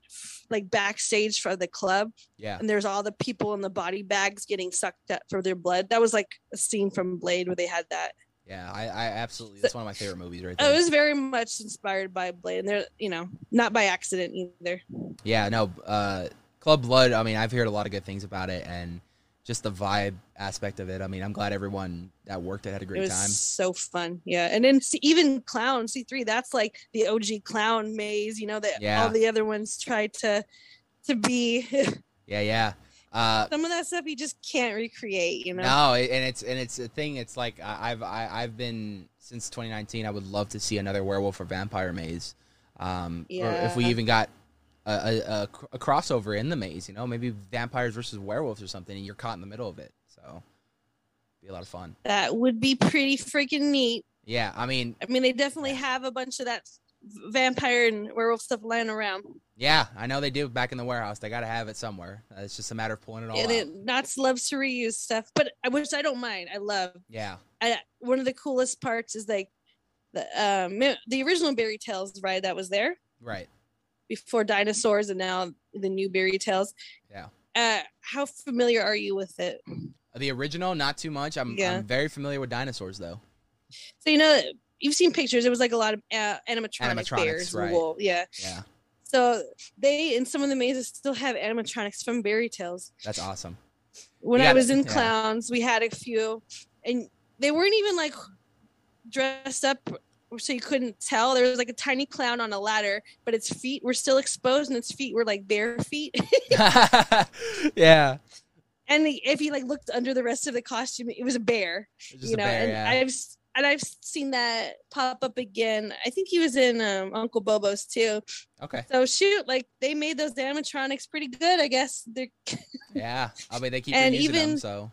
like backstage for the club,
yeah.
and there's all the people in the body bags getting sucked up for their blood. That was like a scene from Blade where they had that.
Yeah. I, I absolutely. That's one of my favorite movies right
It
there.
was very much inspired by Blade, and they're you know not by accident either.
Yeah, no, uh, Club Blood. I mean, I've heard a lot of good things about it, and just the vibe aspect of it. I mean, I'm glad everyone that worked it had a
it
great
was
time.
so fun yeah and then see, even clown c3 that's like the og clown maze you know that
Yeah.
all the other ones try to to be
Yeah, yeah. Uh,
some of that stuff you just can't recreate you know
no, it- and it's and it's a thing. It's like I- I've I, I've been since 2019. I would love to see another werewolf or vampire maze. Um, Or if we
Yeah.
even got a, a, a, cr- a crossover in the maze, you know, maybe vampires versus werewolves or something, and you're caught in the middle of it. So, be a lot of fun.
that would be pretty freaking neat
Yeah, I mean,
i mean they definitely
Yeah.
have a bunch of that vampire and werewolf stuff lying around
Yeah, I know they do back in the warehouse. They got to have it somewhere. Uh, It's just a matter of pulling it all
and
out.
it knots loves to reuse stuff but i wish i don't mind i love
yeah,
I, one of the coolest parts is like the um the original Barry Tales ride that was there
right.
before dinosaurs and now the new Barry Tales.
Yeah.
Uh, how familiar are you with it?
The original, not too much. I'm,
Yeah.
I'm very familiar with dinosaurs, though.
So you know you've seen pictures. It was like a lot of uh, animatronic
Animatronics,
bears, and
right.
wool. Yeah.
Yeah,
So they in some of the mazes still have animatronics from Barry Tales.
that's awesome.
When
You
I
gotta-
was in
yeah.
clowns, we had a few, and they weren't even like dressed up. So you couldn't tell. There was like a tiny clown on a ladder, but its feet were still exposed, and its feet were like bare feet.
yeah,
and the- if you like looked under the rest of the costume, it was a bear.
it's just
you know,
a bear.
and
yeah.
I've s- and I've seen that pop up again. I think he was in um, Uncle Bobo's too.
okay.
So shoot, like they made those animatronics pretty good, I guess. The
Yeah, I mean they keep
And
reusing them.
even-
So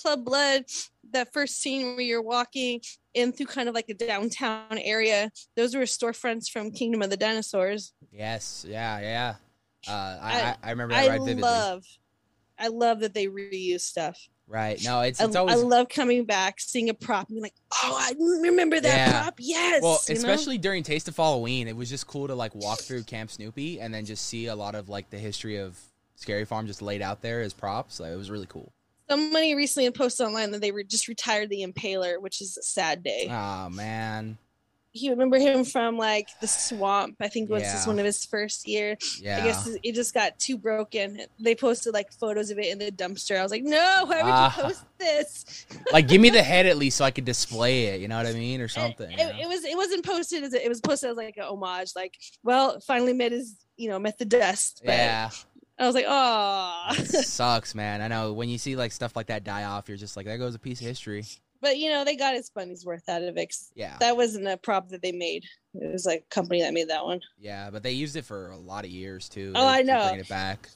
Club Blood, that first scene where you're walking in through kind of like a downtown area, those were storefronts from Kingdom of the Dinosaurs.
yes, yeah, yeah. Uh, I,
I-
I I remember that
I
right vividly.
love, I love that they reuse stuff.
right. No, it's
I,
it's
I
always
love coming back, seeing a prop, and being like, oh, I remember that
Yeah.
prop. Yes.
Well,
you know?
especially during Taste of Halloween, it was just cool to like walk through Camp Snoopy and then just see a lot of like the history of Scary Farm just laid out there as props. Like, it was really cool.
Somebody recently posted online that they were just retired the Impaler, which is a sad day.
Oh man,
you remember him from like the swamp. I think was
Yeah.
just one of his first year.
Yeah.
I guess it just got too broken. They posted like photos of it in the dumpster. I was like, no, why would
Ah.
you post this?
like give me the head at least so I could display it. You know what I mean, or something.
It,
you know?
it was it wasn't posted as a, it was posted as like an homage. Like, well, finally met his you know met the dust. But
yeah,
I was like, oh.
It sucks, man. I know when you see like stuff like that die off, you're just like, there goes a piece of history.
But you know they got his money's worth out of it. 'cause
Yeah,
That wasn't a prop that they made. It was like a company that made that one.
yeah, but they used it for a lot of years too.
Oh,
They
I
keep
know.
Bringing it back.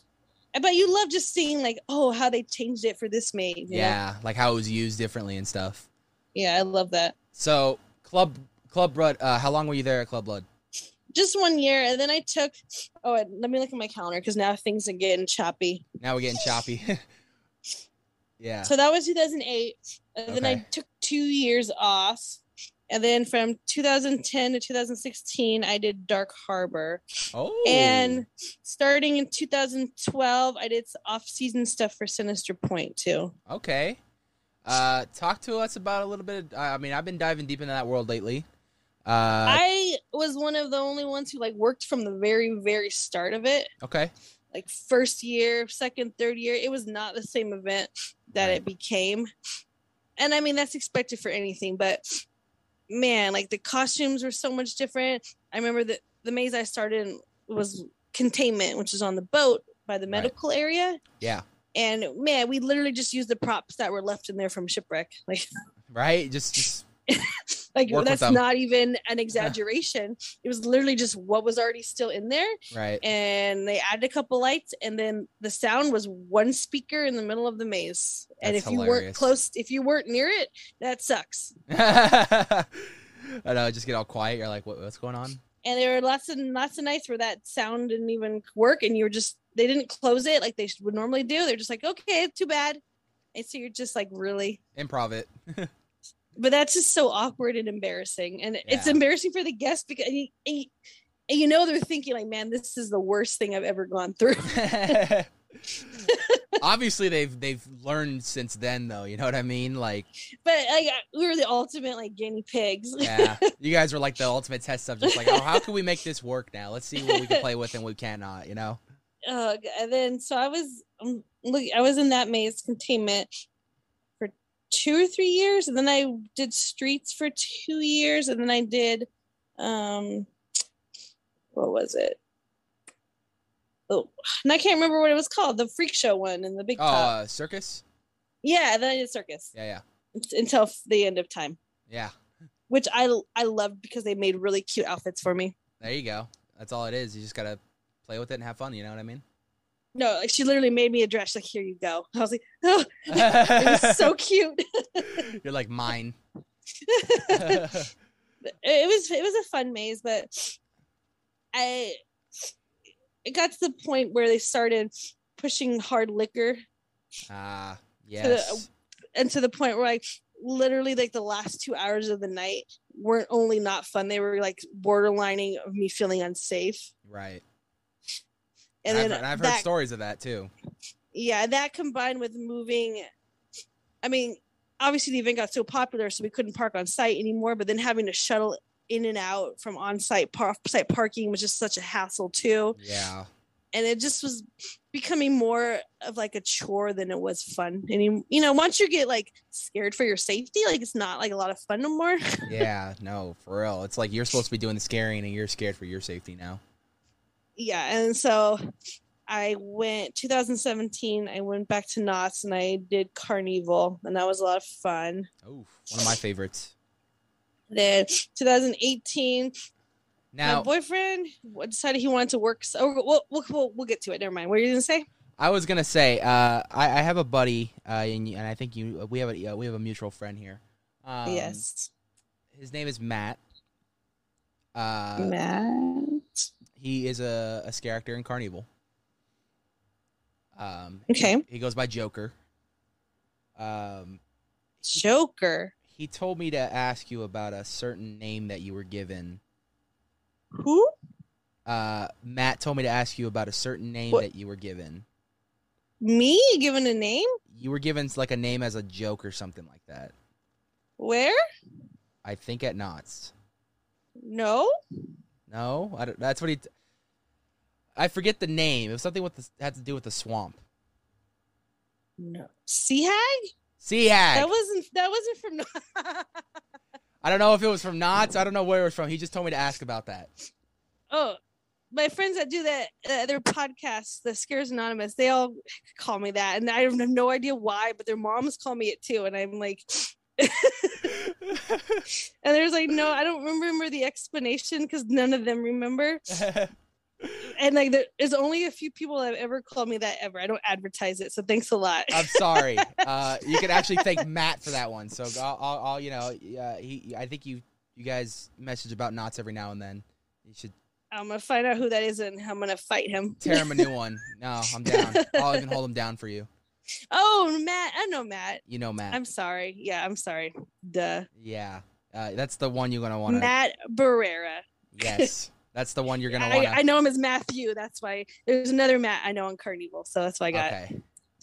But you love just seeing like, oh, how they changed it for this made. you know?
Yeah, like how it was used differently and stuff.
Yeah, I love that.
So club club blood. Uh, how long were you there at Club Blood?
Just one year, and then I took. Oh, and let me look at my calendar because now things are getting choppy.
Now we're getting choppy. yeah.
So that was 2008, and then I
Okay.
took two years off, and then from 2010 to 2016, I did Dark Harbor,
Oh.
and starting in 2012, I did off-season stuff for Sinister Point too.
Okay. Uh, talk to us about a little bit. Of, I I mean, I've been diving deep into that world lately. Uh,
I was one of the only ones who like worked from the very, very start of it.
okay.
like first year, second, third year, it was not the same event that it became. And I mean, that's expected for anything, but man, like the costumes were so much different. I remember that the maze I started in was containment, which is on the boat by the
Right.
medical area.
Yeah.
And man, we literally just used the props that were left in there from shipwreck. Like,
Right. Just, just
like
Work with
that's
them.
not even an exaggeration. it was literally just what was already still in there
right.
and they added a couple lights and then the sound was one speaker in the middle of the maze and
That's
if you weren't
hilarious.
close if you weren't near it that sucks
I know. Just get all quiet. You're like, what, what's going on?
and there were lots and lots of nights where that sound didn't even work and you were just they didn't close it like they should- would normally do they're just like okay too bad and so you're just like really
Improv it.
but that's just so awkward and embarrassing and it's
Yeah.
embarrassing for the guests because and you, and you- and you know they're thinking like man this is the worst thing i've ever gone through
Obviously, they've they've learned since then, though. You know what I mean? Like,
but like we were the ultimate like guinea pigs
yeah, you guys were like the ultimate test subject. Like, oh, how can we make this work now? Let's see what we can play with and we cannot. You know?
uh, and then so I was um, look, I was in that maze containment for two or three years, and then I did streets for two years, and then I did um, what was it? Oh, and I can't remember what it was called. The freak show one and the big
Oh,
top.
uh, circus.
Yeah, and then I did circus
Yeah, yeah,
unt- until the end of time,
yeah.
which I I loved because they made really cute outfits for me.
There you go. That's all it is. You just gotta play with it and have fun. You know what I mean?
No, like she literally made me a dress. She's Like here you go. I was like, oh, it was so cute.
You're like mine. Ah,
it was it was a fun maze, but I it got to the point where they started pushing hard liquor,
Ah,
uh,
yes.
and to the point where like literally like the last two hours of the night weren't only not fun; they were like borderlining of me feeling unsafe.
Right.
And
I've,
then
I've heard
that,
stories of that too.
yeah, that combined with moving, I mean, obviously the event got so popular, so we couldn't park on site anymore. But then having to shuttle in and out from on site par- site parking was just such a hassle too.
Yeah.
and it just was becoming more of like a chore than it was fun. And you, you know, once you get like scared for your safety, like it's not like a lot of fun no more.
Yeah. No, for real. It's like you're supposed to be doing the scaring and you're scared for your safety now.
yeah, and so I went 2017. I went back to Knott's and I did Carnival, and that was a lot of fun.
Ooh, one of my favorites.
Then 2018, my
Now,
boyfriend decided he wanted to work. So we'll, we'll, we'll, we'll get to it. Never mind. What are you gonna say?
I was gonna say, uh, I, I have a buddy, uh, and, and I think you, we have a uh, we have a mutual friend here. Um,
yes,
His name is Matt. Uh,
Matt.
He is a, a scare actor in Carnival. Um,
Okay,
he goes by Joker. Um,
Joker.
he told me to ask you about a certain name that you were given.
Who?
Uh, Matt told me to ask you about a certain name
What?
that you were given.
Me? Given a name?
You were given like a name as a joke or something like that.
Where?
I think at Knots.
No,
No, I don't, that's what he. T- I forget the name. It was something with the, had to do with the swamp.
No.
Sea Hag.
Sea hag.
That wasn't. That wasn't from.
I don't know if it was from Knots. I don't know where it was from. He just told me to ask about that.
oh, my friends that do that uh, their podcast, the Scares Anonymous, they all call me that, and I have no idea why, but their moms call me it too, and I'm like. And there's like, no, I don't remember the explanation because none of them remember. And like, there is only a few people that have ever called me that ever. I don't advertise it, so thanks a lot.
I'm sorry. Uh, you can actually thank Matt for that one. So I'll, I'll, I'll you know, uh, he. I think you, you guys message about Knots every now and then. You should
I'm gonna find out who that is and I'm gonna fight him.
tear him a new one. No, I'm down. I'll even hold him down for you.
Oh, Matt, I know Matt.
You know, Matt.
I'm sorry. Yeah, I'm sorry. Duh.
yeah, uh, that's the one you're gonna want to.
Matt Barrera.
Yes, that's the one you're gonna
I,
want
I know him as Matthew. That's why there's another Matt I know on Carnival, so that's why I got.
Okay.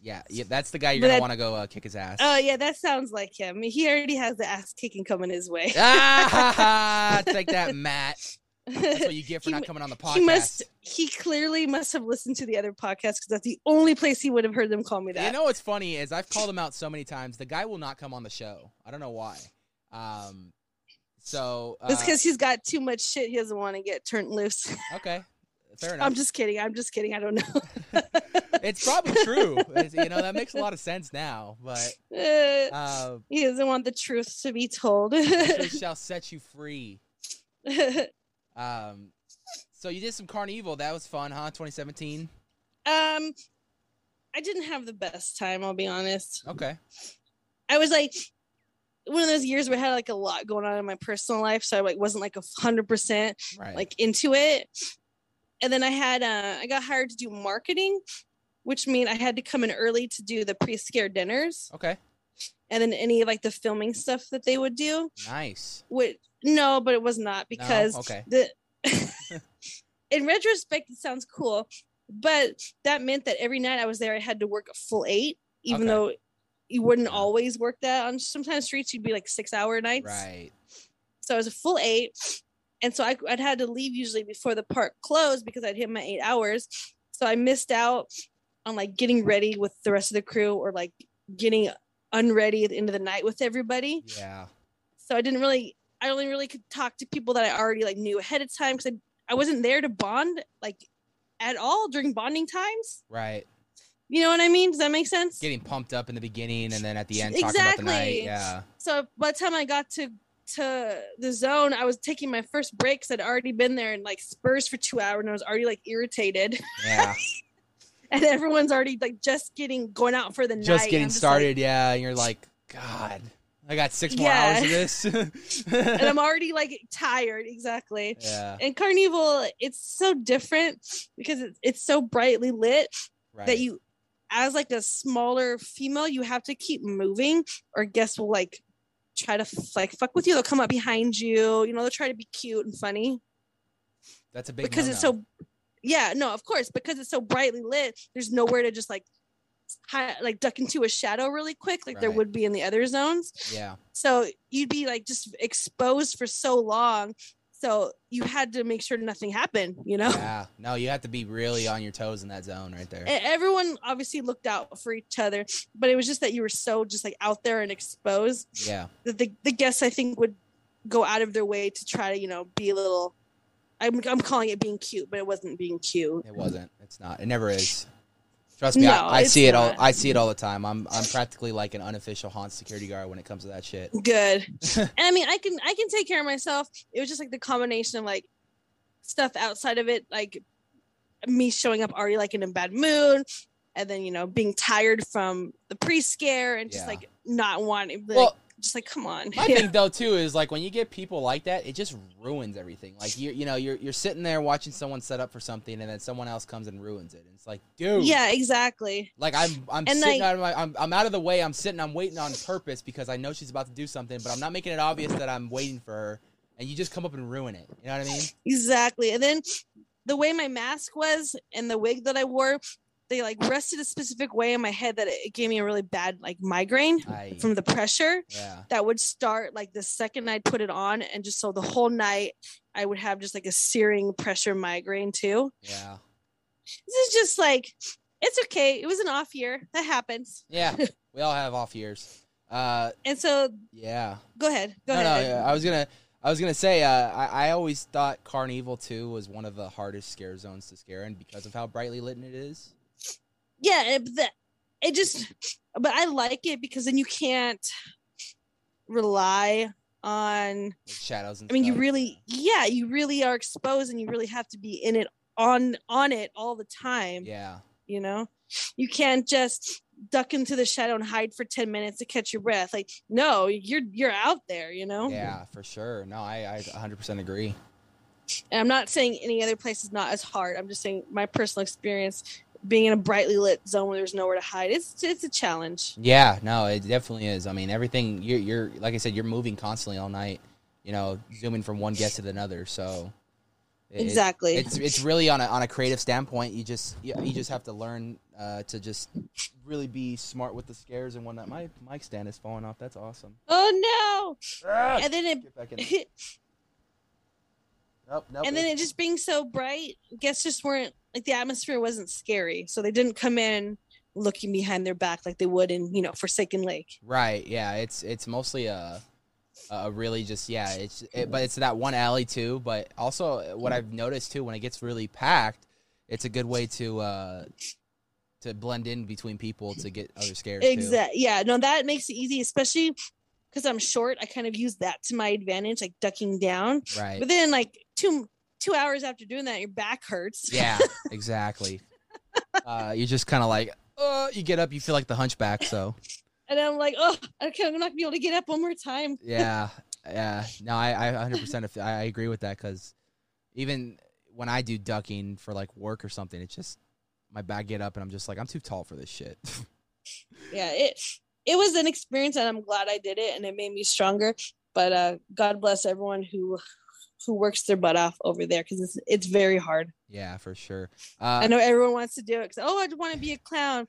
Yeah, yeah, that's the guy you're
But
gonna
that-
want to go uh, kick his ass.
Oh yeah, that sounds like him. He already has the ass kicking coming his way.
ah, take that, Matt. That's what you get for
He
not
mu-
coming on the podcast.
He must. He clearly must have listened to the other podcast because that's the only place he would have heard them call me that.
You know what's funny is I've called him out so many times. The guy will not come on the show. I don't know why. Um, so uh,
it's because he's got too much shit he doesn't want to get turned loose.
okay, fair enough.
I'm just kidding. I'm just kidding. I don't know.
it's probably true. It's- you know that makes a lot of sense now. But
Uh,
uh,
he doesn't want the truth to be told.
the truth shall set you free.
um,
Um, so you did some Carnival. That was fun, huh? 2017.
I didn't have the best time. I'll be honest.
Okay.
I was like one of those years where I had like a lot going on in my personal life, so I like wasn't like a hundred percent.
Right.
like into it and then i had uh i got hired to do marketing which mean i had to come in early to do the pre-scare dinners
okay.
and then any of like the filming stuff that they would do
Nice.
Which no but it was not because
Okay.
the in retrospect it sounds cool but that meant that every night i was there i had to work a full eight even
Okay.
though you wouldn't
Yeah.
always work that on sometimes streets you'd be like six hour nights
Right.
so I was a full eight, and so I, I'd had to leave usually before the park closed because I'd hit my eight hours. So I missed out on like getting ready with the rest of the crew or like getting unready at the end of the night with everybody.
Yeah.
So I didn't really, I only really could talk to people that I already like knew ahead of time because I, I wasn't there to bond like at all during bonding times.
Right.
You know what I mean? Does that make sense?
Getting pumped up in the beginning and then at the end talking about the night.
Exactly.
Yeah.
so by the time I got to to the zone, I was taking my first breaks. I'd already been there and like Spurs for two hours, and I was already like irritated.
Yeah.
And everyone's already like just getting going out for the night.
just getting
I'm like-
started, yeah. And you're like, God, I got six more
Yeah.
hours of this.
and I'm already like tired. Exactly.
yeah,
And Carnival, it's so different because it's it's so brightly lit
right.
that you, as like a smaller female, you have to keep moving, or guests will like try to like fuck with you. They'll come up behind you. You know, they'll try to be cute and funny.
That's a big
because it's so yeah no of course because it's so brightly lit there's nowhere to just like hi, like duck into a shadow really quick like there
Right.
would be in the other zones
so yeah,
so you'd be like just exposed for so long so you had to make sure nothing happened you know
yeah. No, you have to be really on your toes in that zone right there.
E- everyone obviously looked out for each other but it was just that you were so just like out there and exposed
yeah,
that the, the guests i think would go out of their way to try to you know be a little I'm, I'm calling it being cute but it wasn't being cute
it wasn't. It's not. It never is. Trust me,
No,
I, I
it's
see it all.
not.
I see it all the time. I'm I'm practically like an unofficial haunt security guard when it comes to that shit.
good and i mean i can i can take care of myself it was just like the combination of like stuff outside of it like me showing up already like in a bad mood and then you know being tired from the pre-scare and just
Yeah.
like not wanting like,
Well,
just like come on
My
Yeah.
thing though too is like when you get people like that, it just ruins everything. Like you you know you're you're sitting there watching someone set up for something, and then someone else comes and ruins it. And it's like, dude,
yeah exactly
Like I'm, I'm
And,
sitting
like-
out of my, I'm, I'm out of the way. I'm sitting, I'm waiting on purpose because I know she's about to do something, but I'm not making it obvious that I'm waiting for her. And you just come up and ruin it. You know what I mean?
exactly and then the way my mask was and the wig that i wore they like rested a specific way in my head that it gave me a really bad like migraine
I,
from the pressure
yeah.
that would start like the second I'd put it on, and just so the whole night I would have just like a searing pressure migraine too.
Yeah.
This is just like it's okay. It was an off year that happens,
Yeah. we all have off years. Uh,
and so
yeah.
go ahead, go
no,
ahead.
no. yeah, I was gonna. I was gonna say. Uh, I, I always thought Carnival Two was one of the hardest scare zones to scare in because of how brightly lit it is.
yeah it, the, it just but i like it because then you can't rely on
Like shadows and.
i mean you
stuff.
really yeah you really are exposed and you really have to be in it on on it all the time
Yeah.
you know you can't just duck into the shadow and hide for 10 minutes to catch your breath like no you're you're out there you know
Yeah, for sure. No, I, I 100% agree.
and i'm not saying any other place is not as hard i'm just saying my personal experience being in a brightly lit zone where there's nowhere to hide it's it's a challenge
Yeah, no, it definitely is. I mean, everything you're, you're like I said, you're moving constantly all night. You know, zooming from one guest to another. So it-
exactly
it's it's really on a on a creative standpoint. You just you, you just have to learn uh, to just really be smart with the scares and whatnot. My mic stand is falling off. That's awesome.
Oh no! And then
Get back in. there.
it
Nope, nope.
and then it just being so bright. Guests just weren't like the atmosphere wasn't scary, so they didn't come in looking behind their back like they would in you know Forsaken Lake.
Right. Yeah. It's it's mostly a, a really just yeah. It's it, but it's that one alley too. But also uh, what I've noticed too when it gets really packed, it's a good way to uh to blend in between people to get other scares.
Exactly. Yeah. No, that makes it easy, especially because I'm short. I kind of use that to my advantage, like ducking down.
Too. Right.
But then, like two two hours after doing that, your back hurts.
yeah. Exactly. uh, you're just kind of like uh, you get up, you feel like the hunchback. So
And I'm like, oh, okay, I'm not gonna be able to get up one more time.
yeah, yeah. No, I, I 100% if- I I agree with that because even when I do ducking for like work or something, it's just my back get up and I'm just like I'm too tall for this shit.
yeah it it was an experience and i'm glad i did it and it made me stronger but uh god bless everyone who who works their butt off over there because it's it's very hard
Yeah, for sure.
i
Uh,
know everyone wants to do it 'cause, oh i want to be a clown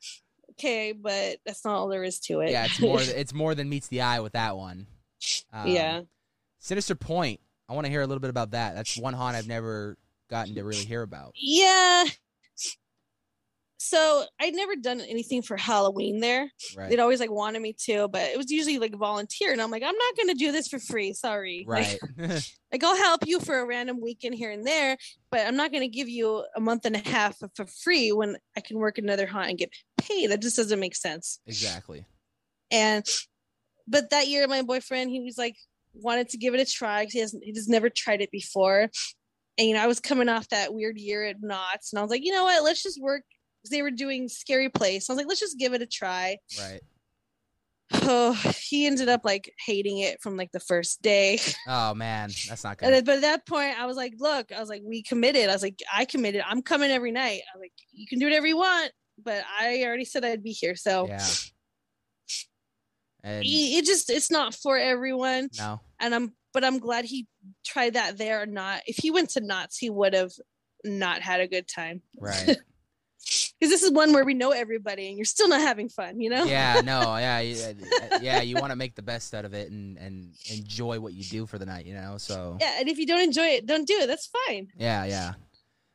okay but that's not all there is to it
yeah, it's more it's more than meets the eye with that one. Um,
yeah
Sinister Point. I want to hear a little bit about that. That's one haunt I've never gotten to really hear about.
yeah so i'd never done anything for halloween there
Right.
they'd always like wanted me to but it was usually like volunteer and i'm like i'm not gonna do this for free sorry Like,
Right.
Like I'll help you for a random weekend here and there, but I'm not going to give you a month and a half for- for free when I can work another haunt and get paid. That just doesn't make sense.
exactly.
And but that year, my boyfriend he was like wanted to give it a try because he hasn't he just never tried it before. And you know, I was coming off that weird year at Knots, and I was like, you know what? Let's just work. 'cause They were doing Scary Place. I was like, let's just give it a try.
Right.
Oh, he ended up like hating it from like the first day.
Oh man, that's not
And
good.
then, but at that point, I was like, look, I was like, we committed. I was like, I committed. I'm coming every night. I was like, you can do whatever you want, but I already said I'd be here. So
Yeah. And
it, it just, it's not for everyone.
no.
And I'm, but I'm glad he tried that there or not. If he went to Knots, he would have not had a good time.
Right.
Because this is one where we know everybody and you're still not having fun, you know?
Yeah. No. Yeah. yeah, Yeah. You want to make the best out of it and and enjoy what you do for the night. You know. So.
Yeah, and if you don't enjoy it, don't do it. That's fine.
Yeah. Yeah.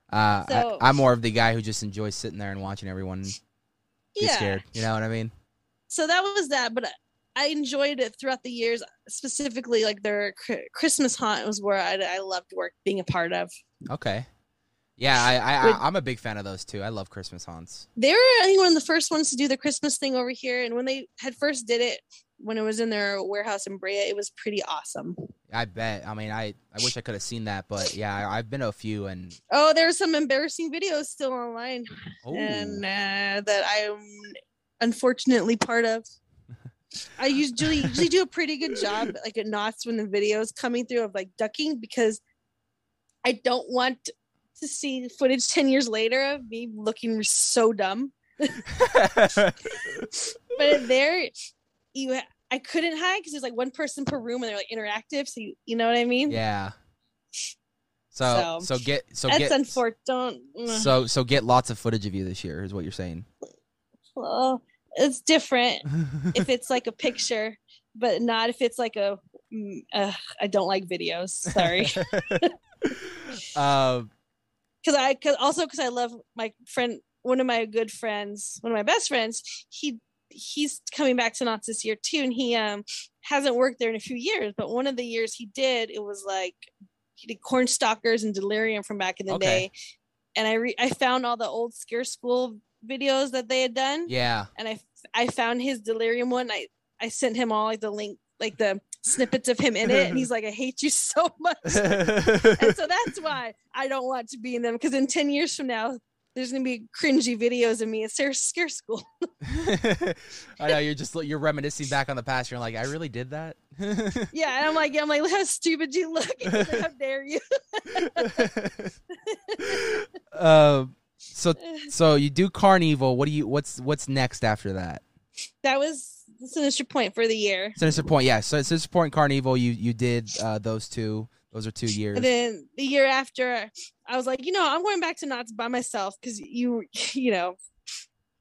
Uh,
So-
I, I'm more of the guy who just enjoys sitting there and watching everyone be
yeah.
scared. You know what I mean?
so that was that but i enjoyed it throughout the years specifically like their Chri- christmas haunt was where i, I loved work being a part of
Okay. Yeah, I, I,
Would-
I I'm a big fan of those too. I love Christmas haunts.
they were i think one of the first ones to do the christmas thing over here and when they had first did it when it was in their warehouse in brea it was pretty awesome
I bet. I mean, I, I wish I could have seen that, but yeah, I, I've been to a few and
oh there are some embarrassing videos still online
oh,
and uh, that i'm unfortunately part of I usually usually do a pretty good job, like at knots when the video is coming through of like ducking because I don't want to see footage ten years later of me looking so dumb.
Oh.
But there, you ha- I couldn't hide because there's like one person per room and they're like interactive, so you, you know what I mean.
yeah. So so, get so
That's
get
unfortunate. Don't. ugh.
so so get lots of footage of you this year is what you're saying.
Well,
it's different
if it's like a picture, but not if it's like a. mm, ugh, I don't like videos. Sorry,
uh,
because I cause also because I love my friend, one of my good friends, one of my best friends. He he's coming back to Knott's this year too, and he um hasn't worked there in a few years. But one of the years he did, it was like he did corn stalkers and delirium from back in the
Okay.
day, and I re- I found all the old scare school videos that they had done.
yeah.
and I I found his delirium one. I I sent him all like the link, like the snippets of him in it, and he's like, "I hate you so much." and so that's why I don't want to be in them because in ten years from now, there's gonna be cringy videos of me at Sarah's Scare School.
I know you're just you're reminiscing back on the past. You're like, I really did that.
Yeah, and I'm like, I'm like, look how stupid you look. He's like, how dare you?
um, so so you do Carnival. What do you what's what's next after that?
That was the sinister point for the year.
Sinister Point, yeah. So Sinister Point and Carnival, you you did uh, those two. Those are two years.
And then the year after, I was like, you know, I'm going back to Knott's by myself because you, you know,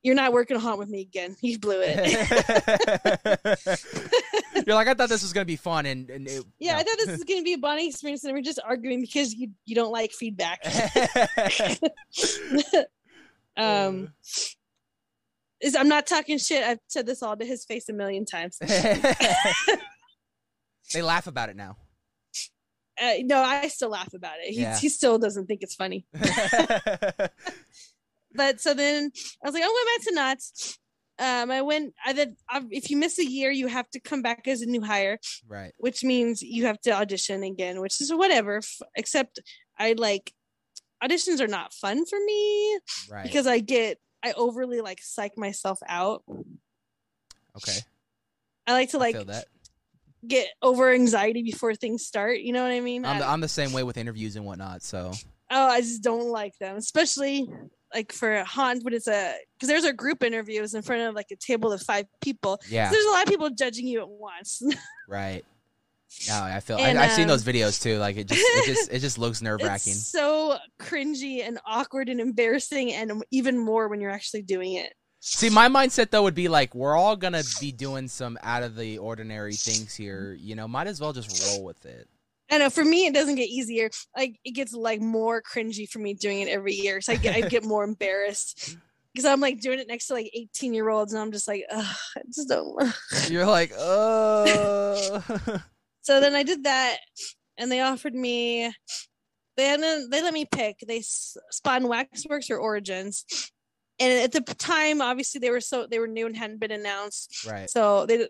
you're not working haunt with me again. You blew it.
You're like, I thought this was gonna be fun, and, and it,
Yeah,
no.
I thought this was going to be a bonding experience, and we're just arguing because you you don't like feedback. um, is I'm not talking shit. I've said this all to his face a million times. uh,
they laugh about it now.
Uh, no, I still laugh about it. He,
Yeah.
he still doesn't think it's funny. But so then I was like, I'm going back to nuts. Um, I went. I did. I, if you miss a year, you have to come back as a new hire,
right.
which means you have to audition again, which is whatever. F- except I like auditions are not fun for me.
Right.
because I get I overly like psych myself out.
okay.
I like to
I
like
feel that.
get over anxiety before things start. You know what I mean?
I'm the,
I,
I'm the same way with interviews and whatnot. So
oh, I just don't like them, especially like for a haunt when it's a because there's a group interviews in front of like a table of five people.
yeah,
There's a lot of people judging you at once.
right. No, I feel
And,
I, I've seen
um,
those videos too. Like it just it just it just looks nerve wracking.
it's so cringy and awkward and embarrassing, and even more when you're actually doing it.
See, my mindset though would be like, we're all gonna be doing some out of the ordinary things here. You know, might as well just roll with it.
I know for me it doesn't get easier. Like it gets like more cringy for me doing it every year. So I get I get more embarrassed because I'm like doing it next to like 18 year olds and I'm just like, Ugh, I just don't. wanna."
You're like, oh,
So then I did that, and they offered me. They had a- they let me pick. They s- spawn Waxworks or Origins, and at the time, obviously they were so they were new and hadn't been announced.
right.
So they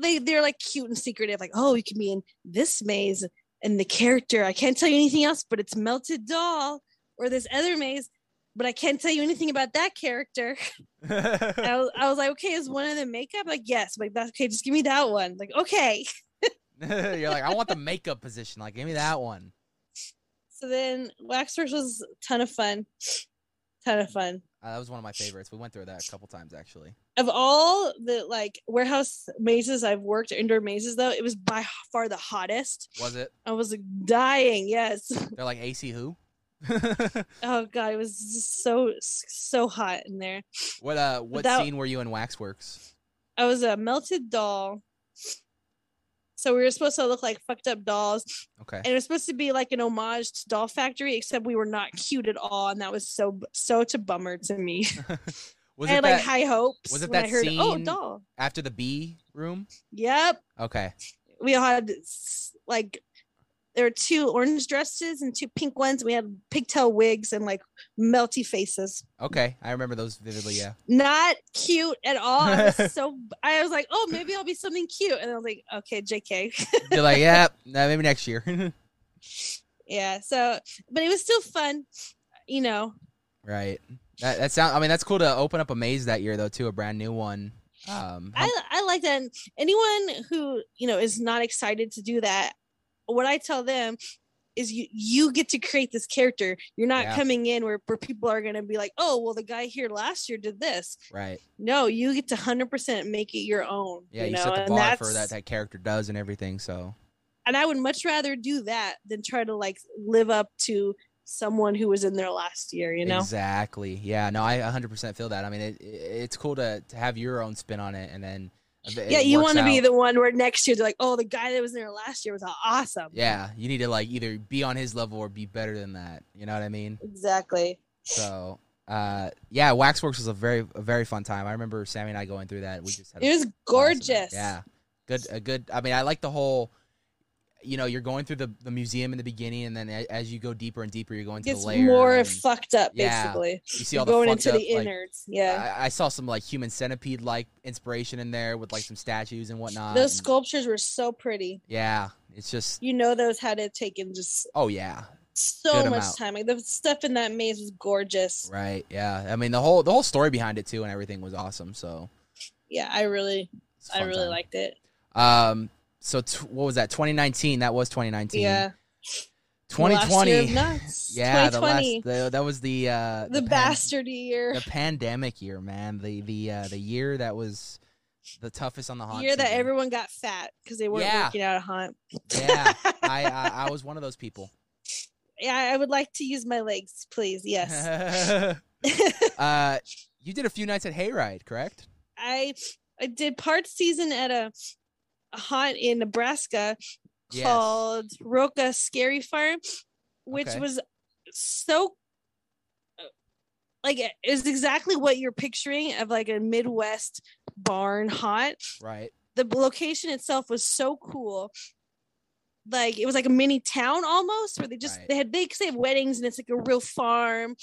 they they're like cute and secretive, like, oh, you can be in this maze and the character. I can't tell you anything else, but it's melted doll or this other maze, but I can't tell you anything about that character. And I was, I was like, okay, is one of the makeup? Like, yes, like that's okay, just give me that one. Like, okay.
You're like, I want the makeup position. Like, give me that one.
So then Waxworks was a ton of fun. Ton of fun.
Uh, that was one of my favorites. We went through that a couple times actually.
Of all the like warehouse mazes I've worked, indoor mazes though, it was by far the hottest.
Was it?
I was like, dying, yes.
They're like AC who?
Oh god, it was just so so hot in there.
what uh? What
that-
scene were you in Waxworks?
I was a melted doll. So we were supposed to look like fucked up dolls,
Okay.
and it was supposed to be like an homage to Doll Factory, except we were not cute at all, and that was so so to bummer to me.
Was
I
it
had like
that
high hopes
was it
when I
that
heard, "Oh,
scene-
doll."
after the B room?
Yep,
Okay.
we all had s- like there were two orange dresses and two pink ones. We had pigtail wigs and like melty faces.
Okay. I remember those vividly. Yeah.
not cute at all. I was so I was like, oh, maybe I'll be something cute, and I was like, okay, JK,
They're like, yeah, nah, maybe next year.
yeah. So, but it was still fun, you know.
right. That that sound. I mean, that's cool to open up a maze that year though, too, a brand new one. Um, how-
I I like that. And anyone who you know is not excited to do that, what I tell them is you you get to create this character. You're not
Yeah.
coming in where where people are gonna be like, oh, well, the guy here last year did this.
right.
No, you get to hundred percent make it your own.
Yeah.
you
You,
know,
set the
and
bar for
that's-
that that character does and everything. So
and I would much rather do that than try to like live up to someone who was in there last year, you know?
Exactly. Yeah. No, I 100% feel that. I mean, it, it, it's cool to, to have your own spin on it and then. if it
yeah, you
works
want to be
out-
the one where next year they're like, oh, the guy that was in there last year was awesome.
Yeah, you need to like either be on his level or be better than that. You know what I mean?
Exactly.
So, uh, yeah, Waxworks was a very a very fun time. I remember Sammy and I going through that. We just had a
It was
blast with it.
gorgeous.
Yeah, good a good. I mean, I like the whole. You know, you're going through the, the museum in the beginning, and then a- as you go deeper and deeper, you're going to the
Gets
layer.
more
and
fucked up,
Yeah.
basically.
you see all the
Going
fucked
into
up,
the
like,
innards. Yeah.
I, I saw some like human centipede like inspiration in there with like some statues and whatnot.
Those
and-
sculptures were so pretty.
yeah, it's just
You know, those had to take in just
oh yeah,
so
Good
much
amount.
time. Like the stuff in that maze was gorgeous.
right, yeah. I mean the whole the whole story behind it too and everything was awesome. So
Yeah, I really,
it's a
I
fun
really
time.
liked it.
Um, so t- what was that? 2019. That was 2019.
Yeah, The last year
2020.
of nuts.
yeah, the last
2020,
the, that was the uh,
the,
pan-
bastardy year,
the pandemic year, man. The the uh, the year that was the toughest on the
the
haunt.
year that
season.
everyone got fat because they weren't
Yeah.
working out a hunt.
yeah, I, I I was one of those people.
Yeah, I would like to use my legs, please. Yes,
uh, you did a few nights at Hayride, correct?
I, I did part season at a, a haunt in Nebraska
Yes.
called Roca Scary Farm, which
Okay.
was so like it was exactly what you're picturing of like a Midwest barn haunt.
Right.
the b- location itself was so cool like it was like a mini town almost where they just
Right.
they had they, 'cause they have weddings and it's like a real farm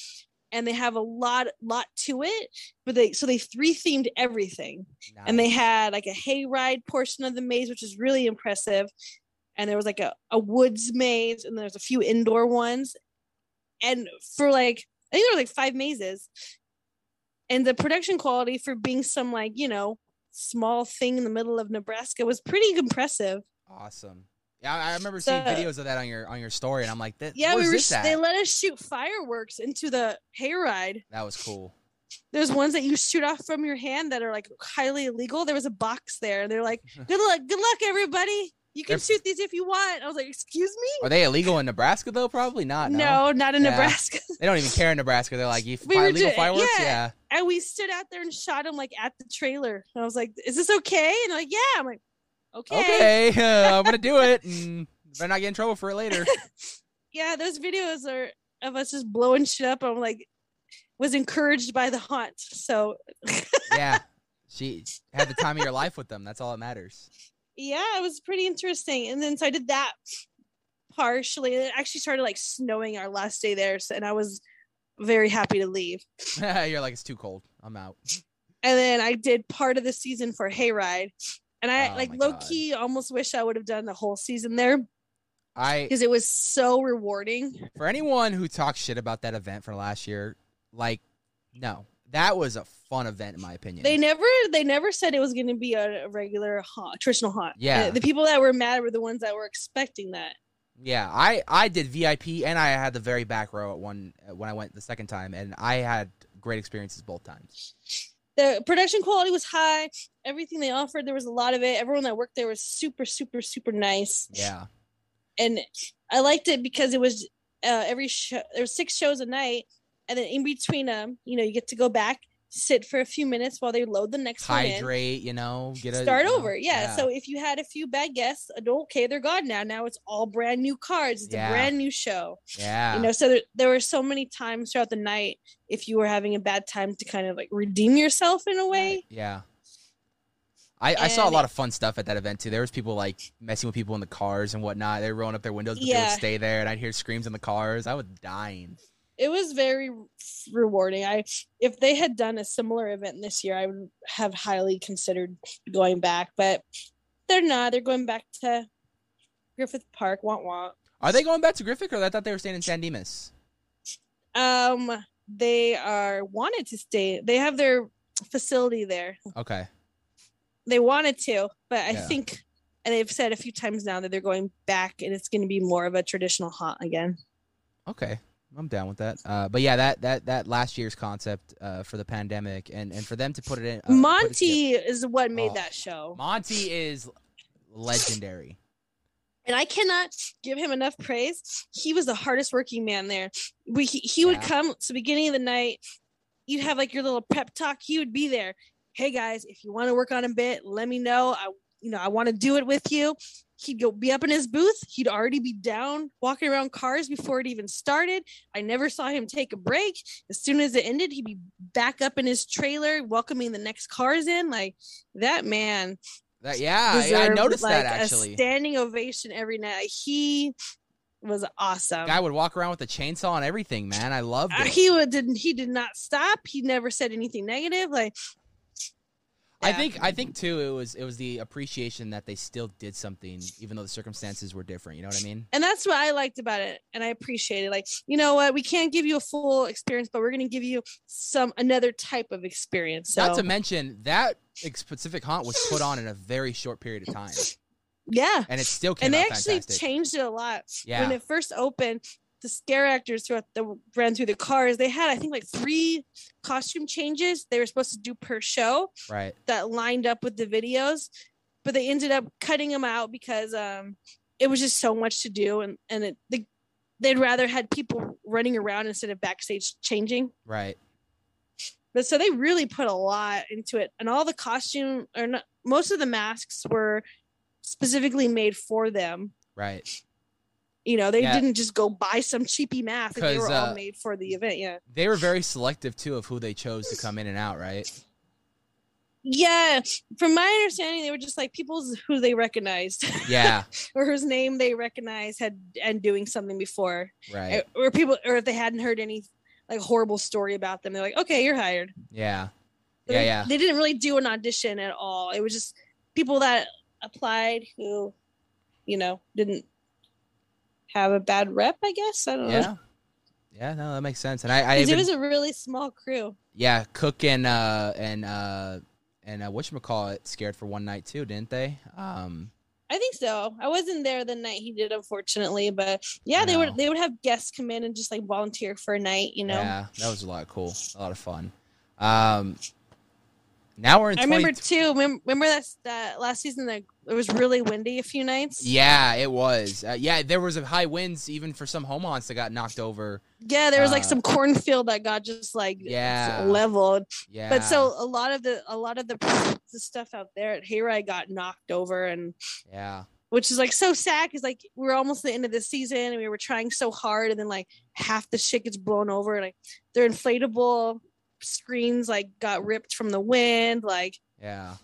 and they have a lot lot to it but they so they three themed everything and they
Nice.
had like a hayride portion of the maze which is really impressive and there was like a, a woods maze and there's a few indoor ones and for like i think there were like five mazes and the production quality for being some like you know small thing in the middle of nebraska was pretty impressive
awesome. Yeah, I I remember seeing
So-
videos of that on your on your story, and I'm like, that,
yeah
where's
we were
this
sh- they
at?
let us shoot fireworks into the hayride
that was cool.
there's ones that you shoot off from your hand that are like highly illegal. There was a box there, and they're like, "Good luck, good luck, everybody. You can
They're-
shoot these if you want." I was like, "Excuse me?
Are they illegal in Nebraska though? Probably not. Uh, No,
No, not in
Yeah.
Nebraska."
they don't even care in Nebraska. They're like, you
We
fire
were
illegal
ju-
fireworks.
yeah.
Yeah.
And we stood out there and shot them like at the trailer. And I was like, "Is this okay?" And they're like, "Yeah." I'm like, "Okay."
Okay, uh, I'm gonna do it. And better not get in trouble for it later.
Yeah, those videos are of us just blowing shit up. I'm like, was encouraged by the haunt. So
yeah. She had the time of your life with them. That's all that matters.
yeah, it was pretty interesting. And then so I did that partially. It actually started like snowing our last day there, so, and I was very happy to leave.
You're like, it's too cold. I'm out.
And then I did part of the season for Hayride, and I
Oh
like
my
low
God.
key almost wish I would have done the whole season there
I
because it was so rewarding.
for anyone who talks shit about that event from last year, like, no, that was a fun event in my opinion.
They never they never said it was going to be a, a regular haunt, traditional haunt.
Yeah.
And the people that were mad were the ones that were expecting that.
Yeah, I I did VIP and I had the very back row at one when I went the second time, and I had great experiences both times.
the production quality was high. Everything they offered, there was a lot of it. Everyone that worked there was super, super, super nice.
Yeah,
And I liked it because it was uh, every show. There was six shows a night, and then in between them, you know, you get to go back, sit for a few minutes while they load the next one
hydrate, you know, get
in,
a
start
you know,
over. Yeah. So if you had a few bad guests, uh, don't- okay, they're gone now. Now it's all brand new cards. It's
Yeah.
a brand new show.
yeah,
You know, so there, there were so many times throughout the night if you were having a bad time to kind of like redeem yourself in a way.
yeah. I, I saw a
And-
lot of fun stuff at that event too. There was people like messing with people in the cars and whatnot. They were rolling up their windows, but they
Yeah.
would stay there, and I'd hear screams in the cars. I was dying.
it was very rewarding. I if they had done a similar event this year, I would have highly considered going back, but they're not. They're going back to Griffith Park, want want.
Are they going back to Griffith, or I thought they were staying in San Dimas?
Um they are wanted to stay. They have their facility there.
Okay,
They wanted to, but I
Yeah.
think and they've said a few times now that they're going back and it's going to be more of a traditional haunt again.
Oh, Okay, I'm down with that. Uh, but yeah, that that that last year's concept uh, for the pandemic and and for them to put it in. uh, put it
Monty is what made
Oh.
that show.
together- Monty is legendary.
and I cannot give him enough praise. He was the hardest working man there. We he, he would
Yeah.
come to the beginning of the night. You'd have like your little prep talk. He would be there. Hey guys, if you want to work on a bit, let me know. I you know I want to do it with you. He'd go be up in his booth. He'd already be down walking around cars before it even started. I never saw him take a break. As soon as it ended, he'd be back up in his trailer welcoming the next cars in. Like that man
That, yeah, I- I
deserved,
noticed that
like,
actually.
A standing ovation every night. He was awesome.
Guy would walk around with a chainsaw and everything, man. I loved
Uh,
it.
he would, didn't. He did not stop. He never said anything negative. Like
I
Yeah.
think I think too it was it was the appreciation that they still did something even though the circumstances were different. You know what I mean?
and that's what I liked about it, and I appreciate it. Like, you know what? We can't give you a full experience, but we're going to give you some another type of experience. So,
Not to mention that ex- specific haunt was put on in a very short period of time,
yeah.
and it still came
And they
out
actually
fantastic.
changed it a lot.
Yeah.
When it first opened, the scare actors throughout the ran through the cars. They had, I think, like three costume changes they were supposed to do per show.
right?
that lined up with the videos, but they ended up cutting them out because um, it was just so much to do, and and it, they, they'd rather had people running around instead of backstage changing.
Right.
But so they really put a lot into it, and all the costume or not, most of the masks were specifically made for them.
Right.
You know, they
Yeah.
didn't just go buy some cheapy mask; like, they
'Cause,
were
uh,
all made for the event. Yeah.
They were very selective too of who they chose to come in and out. Right.
Yeah, from my understanding, they were just like people who they recognized.
Yeah.
or whose name they recognize had and doing something before
Right.
or people or if they hadn't heard any like horrible story about them they're like okay you're hired
Yeah.
But
Yeah.
they,
Yeah.
they didn't really do an audition at all it was just people that applied who you know didn't have a bad rep i guess i don't know
Yeah. Yeah. No, that makes sense. And I, I
'Cause
even,
it was a really small crew
yeah, Cook and uh and uh and uh, what call it scared for one night too, didn't they? Um.
i think so i wasn't there the night he did unfortunately but yeah they
No.
would they would have guests come in and just like volunteer for a night you know
Yeah, that was a lot of cool, a lot of fun. Um, now we're in.
I
20
remember too. mem- Remember that that last season that it was really windy a few nights.
Yeah, it was. Uh, yeah, there was a high winds even for some home haunts that got knocked over.
Yeah, there was like
Uh,
some cornfield that got just like
Yeah.
leveled.
Yeah,
But so a lot of the a lot of the, the stuff out there at Hayride got knocked over, and
yeah,
which is like so sad because like we're almost at the end of the season and we were trying so hard, and then like half the shit gets blown over, and like their inflatable screens like got ripped from the wind. Like
yeah,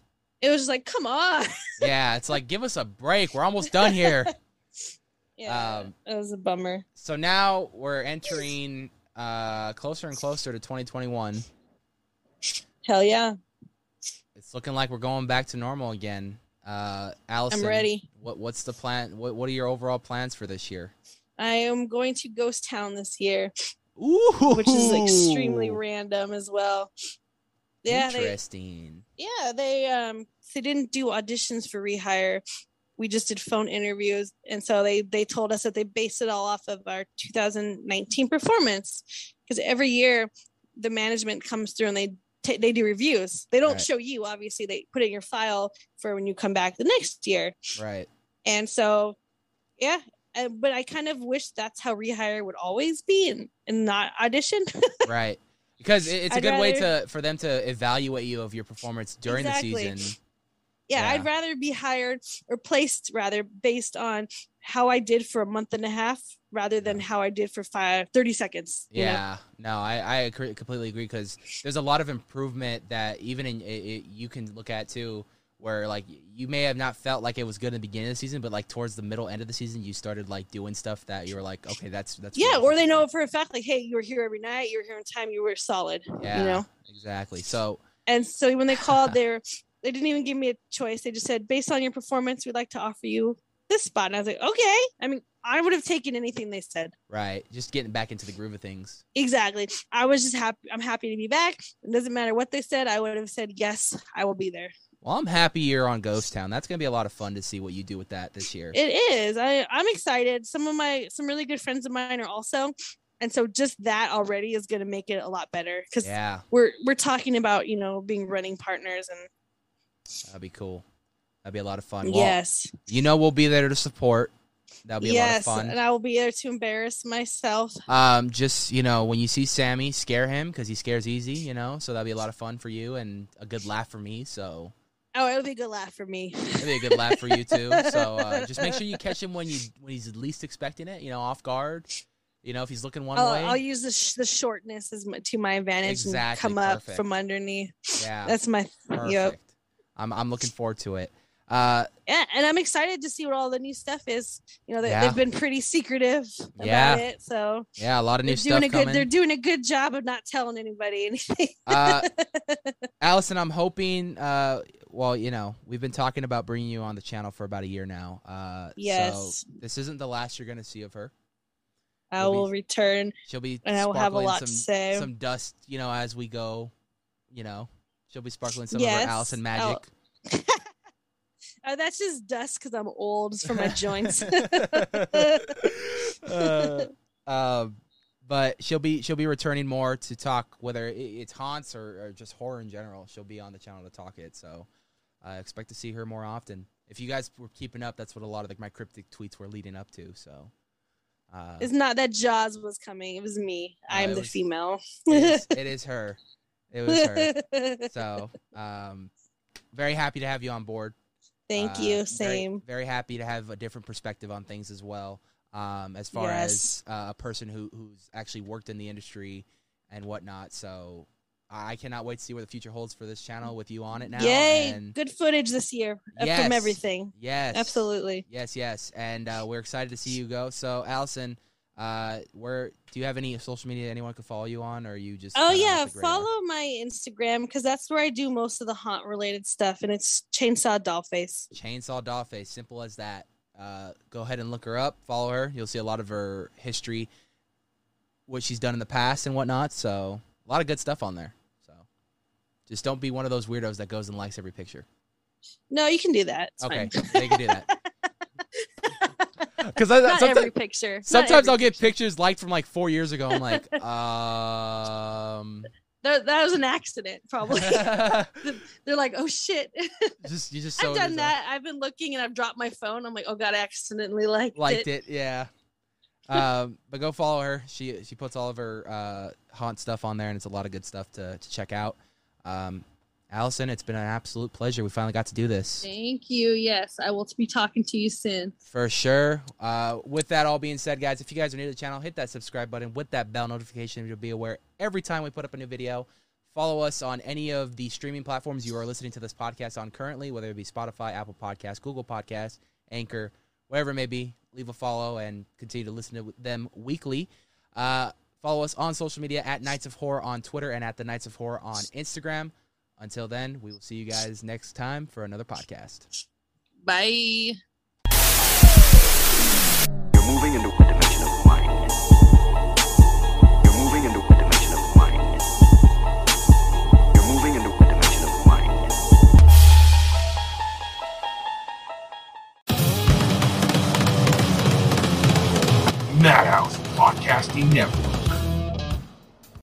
it was just like come on.
yeah. It's like give us a break. We're almost done here.
Yeah,
Um,
it was a bummer.
So now we're entering uh closer and closer to 2021.
Hell yeah,
It's looking like we're going back to normal again. Uh, Allison,
I'm ready.
What what's the plan? What what are your overall plans for this year?
I am going to Ghost Town this year,
Ooh,
which is extremely random as well. Yeah, they
interesting.
yeah, they um they didn't do auditions for rehire. We just did phone interviews and so they they told us that they based it all off of our 2019 performance because every year the management comes through and they ta they do reviews. They don't
Right.
show you obviously. They put it in your file for when you come back the next year.
Right.
And so, yeah. uh, But I kind of wish that's how rehire would always be and, and not audition.
right because it, it's a
I'd
good way to for them to evaluate you of your performance during the
Exactly.
season
yeah,
Yeah.
I'd rather be hired or placed rather based on how I did for a month and a half rather than how I did for five, 30 seconds. you know?
yeah no i i agree, completely agree because there's a lot of improvement that even in it, it, you can look at too where like you may have not felt like it was good in the beginning of the season but like towards the middle end of the season you started like doing stuff that you were like okay that's that's
Yeah.
really
Or they
good.
know for a fact, like, hey, you were here every night, you were here on time, you were solid,
yeah
you know?
exactly so
And so when they called, they were, they didn't even give me a choice. They just said, based on your performance, we'd like to offer you this spot. And I was like, okay. I mean, I would have taken anything they said.
right just getting back into the groove of things
Exactly. I was just happy. I'm happy to be back. It doesn't matter what they said. I would have said, yes, I will be there.
well i'm happy you're on ghost town that's gonna be a lot of fun to see what you do with that this year
It is. I, I'm excited. Some of my, some really good friends of mine are also. And so just that already is going to make it a lot better because
yeah
we're, we're talking about, you know, being running partners and
that'd be cool that'd be a lot of fun Well,
yes,
You know we'll be there to support. That'll be
Yes,
a lot of fun.
and I will be there to embarrass myself.
Um, just you know, when you see Sammy, scare him because he scares easy. You know, so that'll be a lot of fun for you and a good laugh for me. So
Oh, it'll be a good laugh for me.
it'll be a good laugh for you too. So uh, just make sure you catch him when you when he's least expecting it. You know, off guard. You know, if he's looking one
I'll,
way.
I'll use the, sh- the shortness as m- to my advantage and
Exactly,
come up
perfect.
from underneath.
yeah,
That's my
perfect.
yep.
I'm I'm looking forward to it. Uh,
Yeah, and I'm excited to see what all the new stuff is. You know, they,
Yeah.
they've been pretty secretive about
Yeah.
it, so
yeah, a lot of new
they're
stuff
doing a good.
coming.
They're doing a good job of not telling anybody anything.
uh, Allison, I'm hoping. Uh, well, you know, we've been talking about bringing you on the channel for about a year now. Uh, so
Yes.
this isn't the last you're going to see of her.
I
It'll be-
will return,
She'll be
and I will have a
sparkling
lot
some,
to say.
some dust, you know, as we go. You know, she'll be sparkling some of
Yes.
her Allison
I'll-
magic.
Oh, that's just dust because I'm old it's for my joints. Oh.
Uh, um, but she'll be she'll be returning more to talk whether i- it's haunts or, or just horror in general. She'll be on the channel to talk it, so I expect to see her more often. If you guys were keeping up, that's what a lot of like my cryptic tweets were leading up to. So uh,
it's not that Jaws was coming; it was me. I
Uh,
am
it
the
was-
female.
it, is, it is her. It was her. So um, very happy to have you on board.
Thank
Uh,
you.
very-
Same.
Very, happy to have a different perspective on things as well. Um, as far as
Yes.
uh, a person who who's actually worked in the industry and whatnot, so I I cannot wait to see where the future holds for this channel with you on it now.
Yay!
And
Good footage this year uh,
Yes.
from everything.
Yes,
Absolutely.
Yes, yes, and uh, we're excited to see you go. So, Allison, uh, where do you have any social media anyone can follow you on, or are you just?
Oh
kinda off
yeah,
the radar?
follow my Instagram because that's where I do most of the haunt related stuff, and it's Chainsaw Dollface.
Chainsaw Dollface, simple as that. Uh, go ahead and look her up, follow her. You'll see a lot of her history, what she's done in the past and whatnot. So a lot of good stuff on there. So just don't be one of those weirdos that goes and likes every picture.
No, you can do that. It's
okay,
fine.
they can do that. Because I
Not
sometimes,
every picture. Not
sometimes
every-
I'll get pictures liked from like four years ago. I'm like, um,
that, that was an accident, probably. They're like, oh shit.
just you just so
I've done that. I've been looking and I've dropped my phone. I'm like, oh god, I accidentally liked,
liked it. Yeah. um, but go follow her. She she puts all of her uh, haunt stuff on there, and it's a lot of good stuff to to check out. Um, Allison, it's been an absolute pleasure. We finally got to do this
Thank you. Yes, I will be talking to you soon.
for sure. Uh, with that all being said, guys, if you guys are new to the channel, hit that subscribe button with that bell notification. You'll be aware every time we put up a new video. Follow us on any of the streaming platforms you are listening to this podcast on currently, whether it be Spotify, Apple Podcasts, Google Podcasts, Anchor, wherever it may be. Leave a follow and continue to listen to them weekly. Uh, follow us on social media at Knights of Horror on Twitter and at the Knights of Horror on Instagram. Until then, we will see you guys next time for another podcast.
Bye.
You're moving into a dimension of mind. You're moving into a dimension of mind. You're moving into a dimension of mind.
Madhouse Podcasting Network.